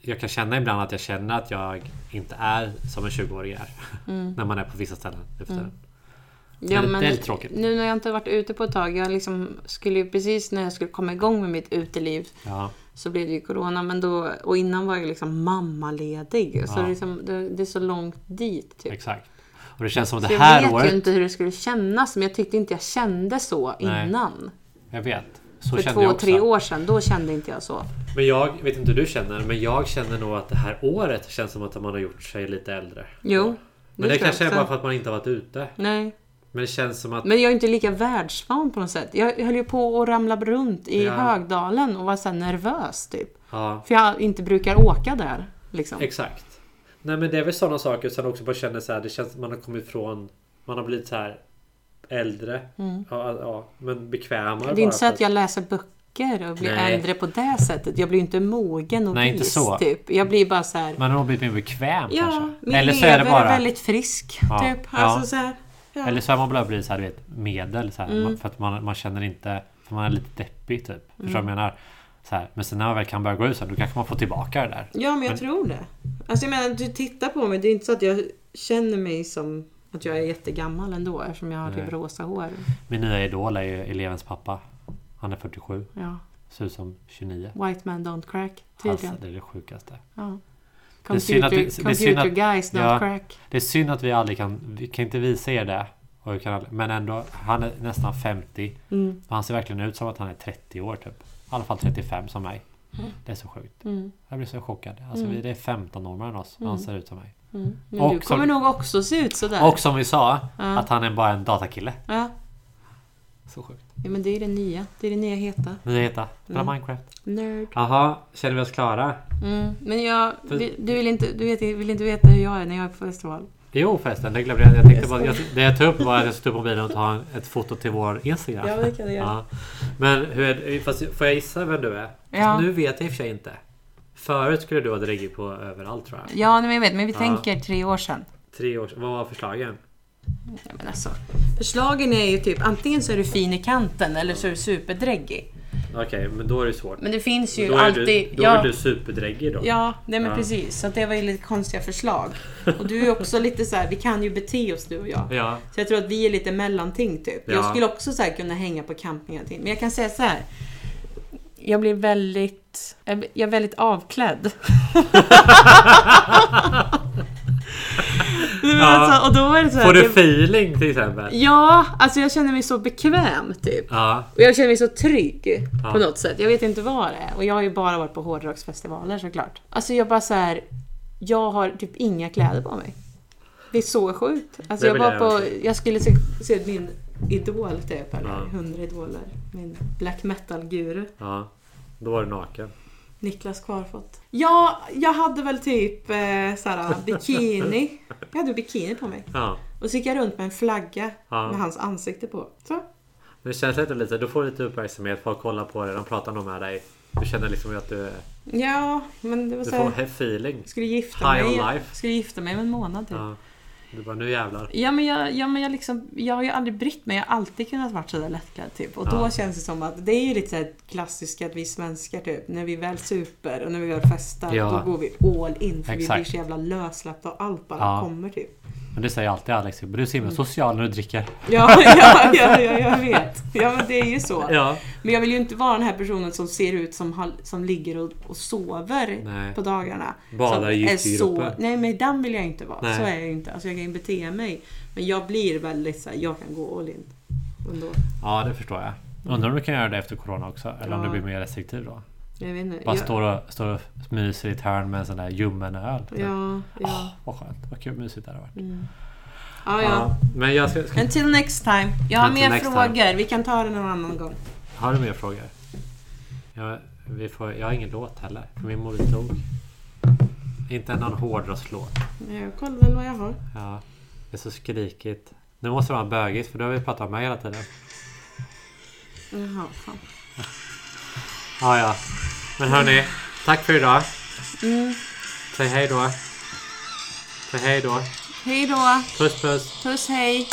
S2: jag kan känna ibland att jag känner att jag inte är som en 20-åring är.
S1: Mm.
S2: när man är på vissa ställen. Efter.
S1: Ja,
S2: det-
S1: men
S2: det är lite tråkigt.
S1: Nu när jag inte har varit ute på ett tag. Jag liksom skulle ju precis när jag skulle komma igång med mitt uteliv
S2: Ja.
S1: så blev det ju corona. Men då, och innan var jag liksom mammaledig. Så
S2: Ja.
S1: det, är liksom, det, det är så långt dit. Typ.
S2: Exakt. Och det känns som
S1: Så
S2: det
S1: jag
S2: här
S1: vet
S2: året.
S1: ju inte hur det skulle kännas, men jag tyckte inte jag kände så
S2: Nej.
S1: innan.
S2: Jag vet. Så
S1: För
S2: kände
S1: två,
S2: jag också.
S1: tre år sedan, då kände inte jag så.
S2: Men jag vet inte hur du känner, men jag känner nog att det här året känns som att man har gjort sig lite äldre.
S1: Jo,
S2: Men det,
S1: tror jag
S2: kanske är
S1: också. Mm.
S2: bara för att man inte har varit ute.
S1: Nej.
S2: Men det känns som att...
S1: Men jag är inte lika världsvan på något sätt. Jag höll ju på att ramla runt i
S2: Ja.
S1: Högdalen och var så här nervös typ.
S2: Ja,
S1: För jag inte brukar åka där. Liksom.
S2: exakt. Nej men det är väl sådana saker. Sen också bara känner så här, det känns att man har kommit ifrån... Man har blivit så här äldre. Ja, ja, men bekvämare
S1: Mm. Det är
S2: bara
S1: inte så
S2: för
S1: att jag läser böcker och blir
S2: Nej.
S1: äldre på det sättet. Jag blir ju inte mogen och
S2: Nej,
S1: vis
S2: inte så.
S1: typ. Jag blir bara så här.
S2: Man har blivit mer bekväm
S1: Ja,
S2: kanske.
S1: min
S2: Eller så är
S1: lever
S2: det bara...
S1: väldigt frisk.
S2: Ja,
S1: Typ.
S2: ja.
S1: Alltså, så här, ja.
S2: Eller så har man bara blivit så här, du vet, medel. Så här,
S1: Mm.
S2: man- För att man, man känner inte... För man är lite deppig typ. Förstår
S1: Mm.
S2: du vad jag menar? Så här, men sen när man väl kan börja gå ut så här, då kanske man får tillbaka det där.
S1: Ja, men jag
S2: typ. Men-
S1: tror det. Alltså jag menar, du tittar på mig. Det är inte så att jag känner mig som att jag är jättegammal ändå eftersom jag har typ
S2: Nej.
S1: rosa hår.
S2: Min nya idol är ju elevens pappa. Han är 47.
S1: Ja.
S2: Ser ut som 29.
S1: White man don't crack,
S2: Alltså,
S1: tydligen.
S2: det är det sjukaste.
S1: Ja.
S2: Det är synd
S1: Computer,
S2: att vi- det är synd
S1: computer
S2: att-
S1: guys don't
S2: ja.
S1: crack.
S2: Det är synd att vi aldrig kan... Vi kan inte visa er det. Och vi kan, aldrig- men ändå, han är nästan 50.
S1: Mm.
S2: Men han ser verkligen ut som att han är 30 år typ. I alla fall 35 som mig. Det är så sjukt.
S1: Mm.
S2: Jag blir så chockad. Alltså, vi, det är 15 år mellan oss. och Han ser ut som mig.
S1: Mm. Men
S2: Och
S1: du kommer
S2: som-
S1: nog också se ut sådär.
S2: Och som vi sa,
S1: Ja.
S2: att han är bara en datakille.
S1: Ja.
S2: Så sjukt.
S1: ja, men det är det nya. Det är det nya heta.
S2: Nya heta. Spela
S1: Mm.
S2: Minecraft.
S1: Nerd.
S2: Jaha, känner vi oss klara?
S1: Mm. Men jag,
S2: För-
S1: du, du, vill inte, du vet, vill inte veta hur jag är när jag är på festival.
S2: Jo förresten, det glömde jag. jag, tänkte bara, jag det jag tog upp var att jag skulle ta upp mobilen och ta en, ett foto till vår Instagram.
S1: Ja, det kan du göra.
S2: Men hur är, fast får jag gissa vem du är?
S1: Ja.
S2: Nu vet jag i och för sig inte. Förut skulle du ha dragit på överallt tror jag.
S1: Ja, nej, men jag vet. Men vi
S2: Ja.
S1: tänker tre år sedan.
S2: Tre år, vad var förslagen?
S1: Nej, men alltså, förslagen är ju typ antingen så är du fin i kanten eller så är du superdräggig.
S2: Okej, men då är det svårt.
S1: Men det finns ju
S2: Då är,
S1: alltid...
S2: du, då
S1: ja,
S2: är du superdräggig då.
S1: ja, nej men
S2: Ja.
S1: precis. Så att det var ju lite konstiga förslag. Och du är också lite så här, vi kan ju bete oss du och jag.
S2: Ja.
S1: Så jag tror att vi är lite mellanting typ. Jag
S2: Ja.
S1: skulle också så här kunna hänga på campingen till. Men jag kan säga så här. Jag blir väldigt... Jag jag är väldigt avklädd. Men alltså, och då är det så här,
S2: Får
S1: att
S2: du
S1: jag-
S2: feeling till exempel?
S1: Ja, alltså jag känner mig så bekväm typ.
S2: Ja.
S1: Och jag känner mig så trygg
S2: Ja.
S1: på något sätt. Jag vet inte vad det är. Och jag har ju bara varit på hårdrocksfestivaler såklart. Alltså jag bara så här. Jag har typ inga kläder på mig. Det är så sjukt. Alltså
S2: Det
S1: jag
S2: vill
S1: var
S2: jag
S1: på,
S2: också.
S1: jag skulle se, se min idol typ, eller
S2: Ja.
S1: 100 idoler. Min black metal-guru.
S2: ja. Då var du naken.
S1: Niklas Kvarfot. Ja, jag hade väl typ eh, såhär, bikini. Jag hade bikini på mig.
S2: Ja.
S1: Och så gick jag runt med en flagga
S2: Ja.
S1: med hans ansikte på. Så.
S2: Men det känns lite lite, du får lite uppmärksamhet, folk kollar på dig, de pratar nog med dig. Du känner liksom att du,
S1: Ja, men det var
S2: du
S1: så här-
S2: får feeling.
S1: Skulle gifta
S2: High on
S1: mig.
S2: life.
S1: Skulle gifta mig om en månad typ. Ja.
S2: Ja. Du bara, nu jävlar.
S1: men, jag, ja, men jag, liksom, jag har ju aldrig brytt mig. Jag har alltid kunnat vara sådär lättklädd typ. Och då
S2: Ja.
S1: känns det som att det är ju lite såhär klassiskt att vi svenskar typ. När vi väl super och när vi väl festar.
S2: Ja.
S1: Då går vi all in. För vi blir
S2: Exakt.
S1: så jävla lössläppta och allt bara
S2: Ja.
S1: kommer typ.
S2: Men det säger jag alltid Alex, du är så himla social när du dricker.
S1: Ja, ja, ja, ja, jag vet. Ja men det är ju så.
S2: Ja.
S1: Men jag vill ju inte vara den här personen som ser ut som, har- som ligger och, och sover
S2: Nej.
S1: på dagarna.
S2: Badar
S1: Som
S2: i
S1: är så,
S2: giftgropar.
S1: Nej men den vill jag inte vara.
S2: Nej.
S1: Så är jag ju inte. Alltså jag kan ju bete mig. Men jag blir väldigt såhär, jag kan gå all in. Ändå.
S2: Ja, det förstår jag. Undrar om du kan göra det efter corona också? Eller om
S1: Ja.
S2: du blir mer restriktiv då?
S1: Jag vet inte.
S2: Bara
S1: jag,
S2: står, och, står och myser i ett hörn med en sån där ljummen öl. typ.
S1: Ja, ja.
S2: Vad skönt, vad kul mysigt det hade varit.
S1: ja, ja.
S2: Men jag ska, ska,
S1: Until next time. Jag har
S2: Until
S1: mer
S2: next
S1: frågor. Vi kan ta det någon annan gång.
S2: har du mer frågor? Jag, vi får, jag har ingen låt heller, för min mobil dog. Inte någon hårdrockslåt.
S1: Jag kollar väl vad jag har.
S2: Ja, det är så skrikigt. Nu måste det vara bögigt för då har vi pratat om mig hela tiden.
S1: Jaha, fan.
S2: Ja, ja. Men hörni, tack för idag.
S1: Mm.
S2: Säg hej då. Säg hej då.
S1: Hej då.
S2: Puss puss.
S1: Puss hej.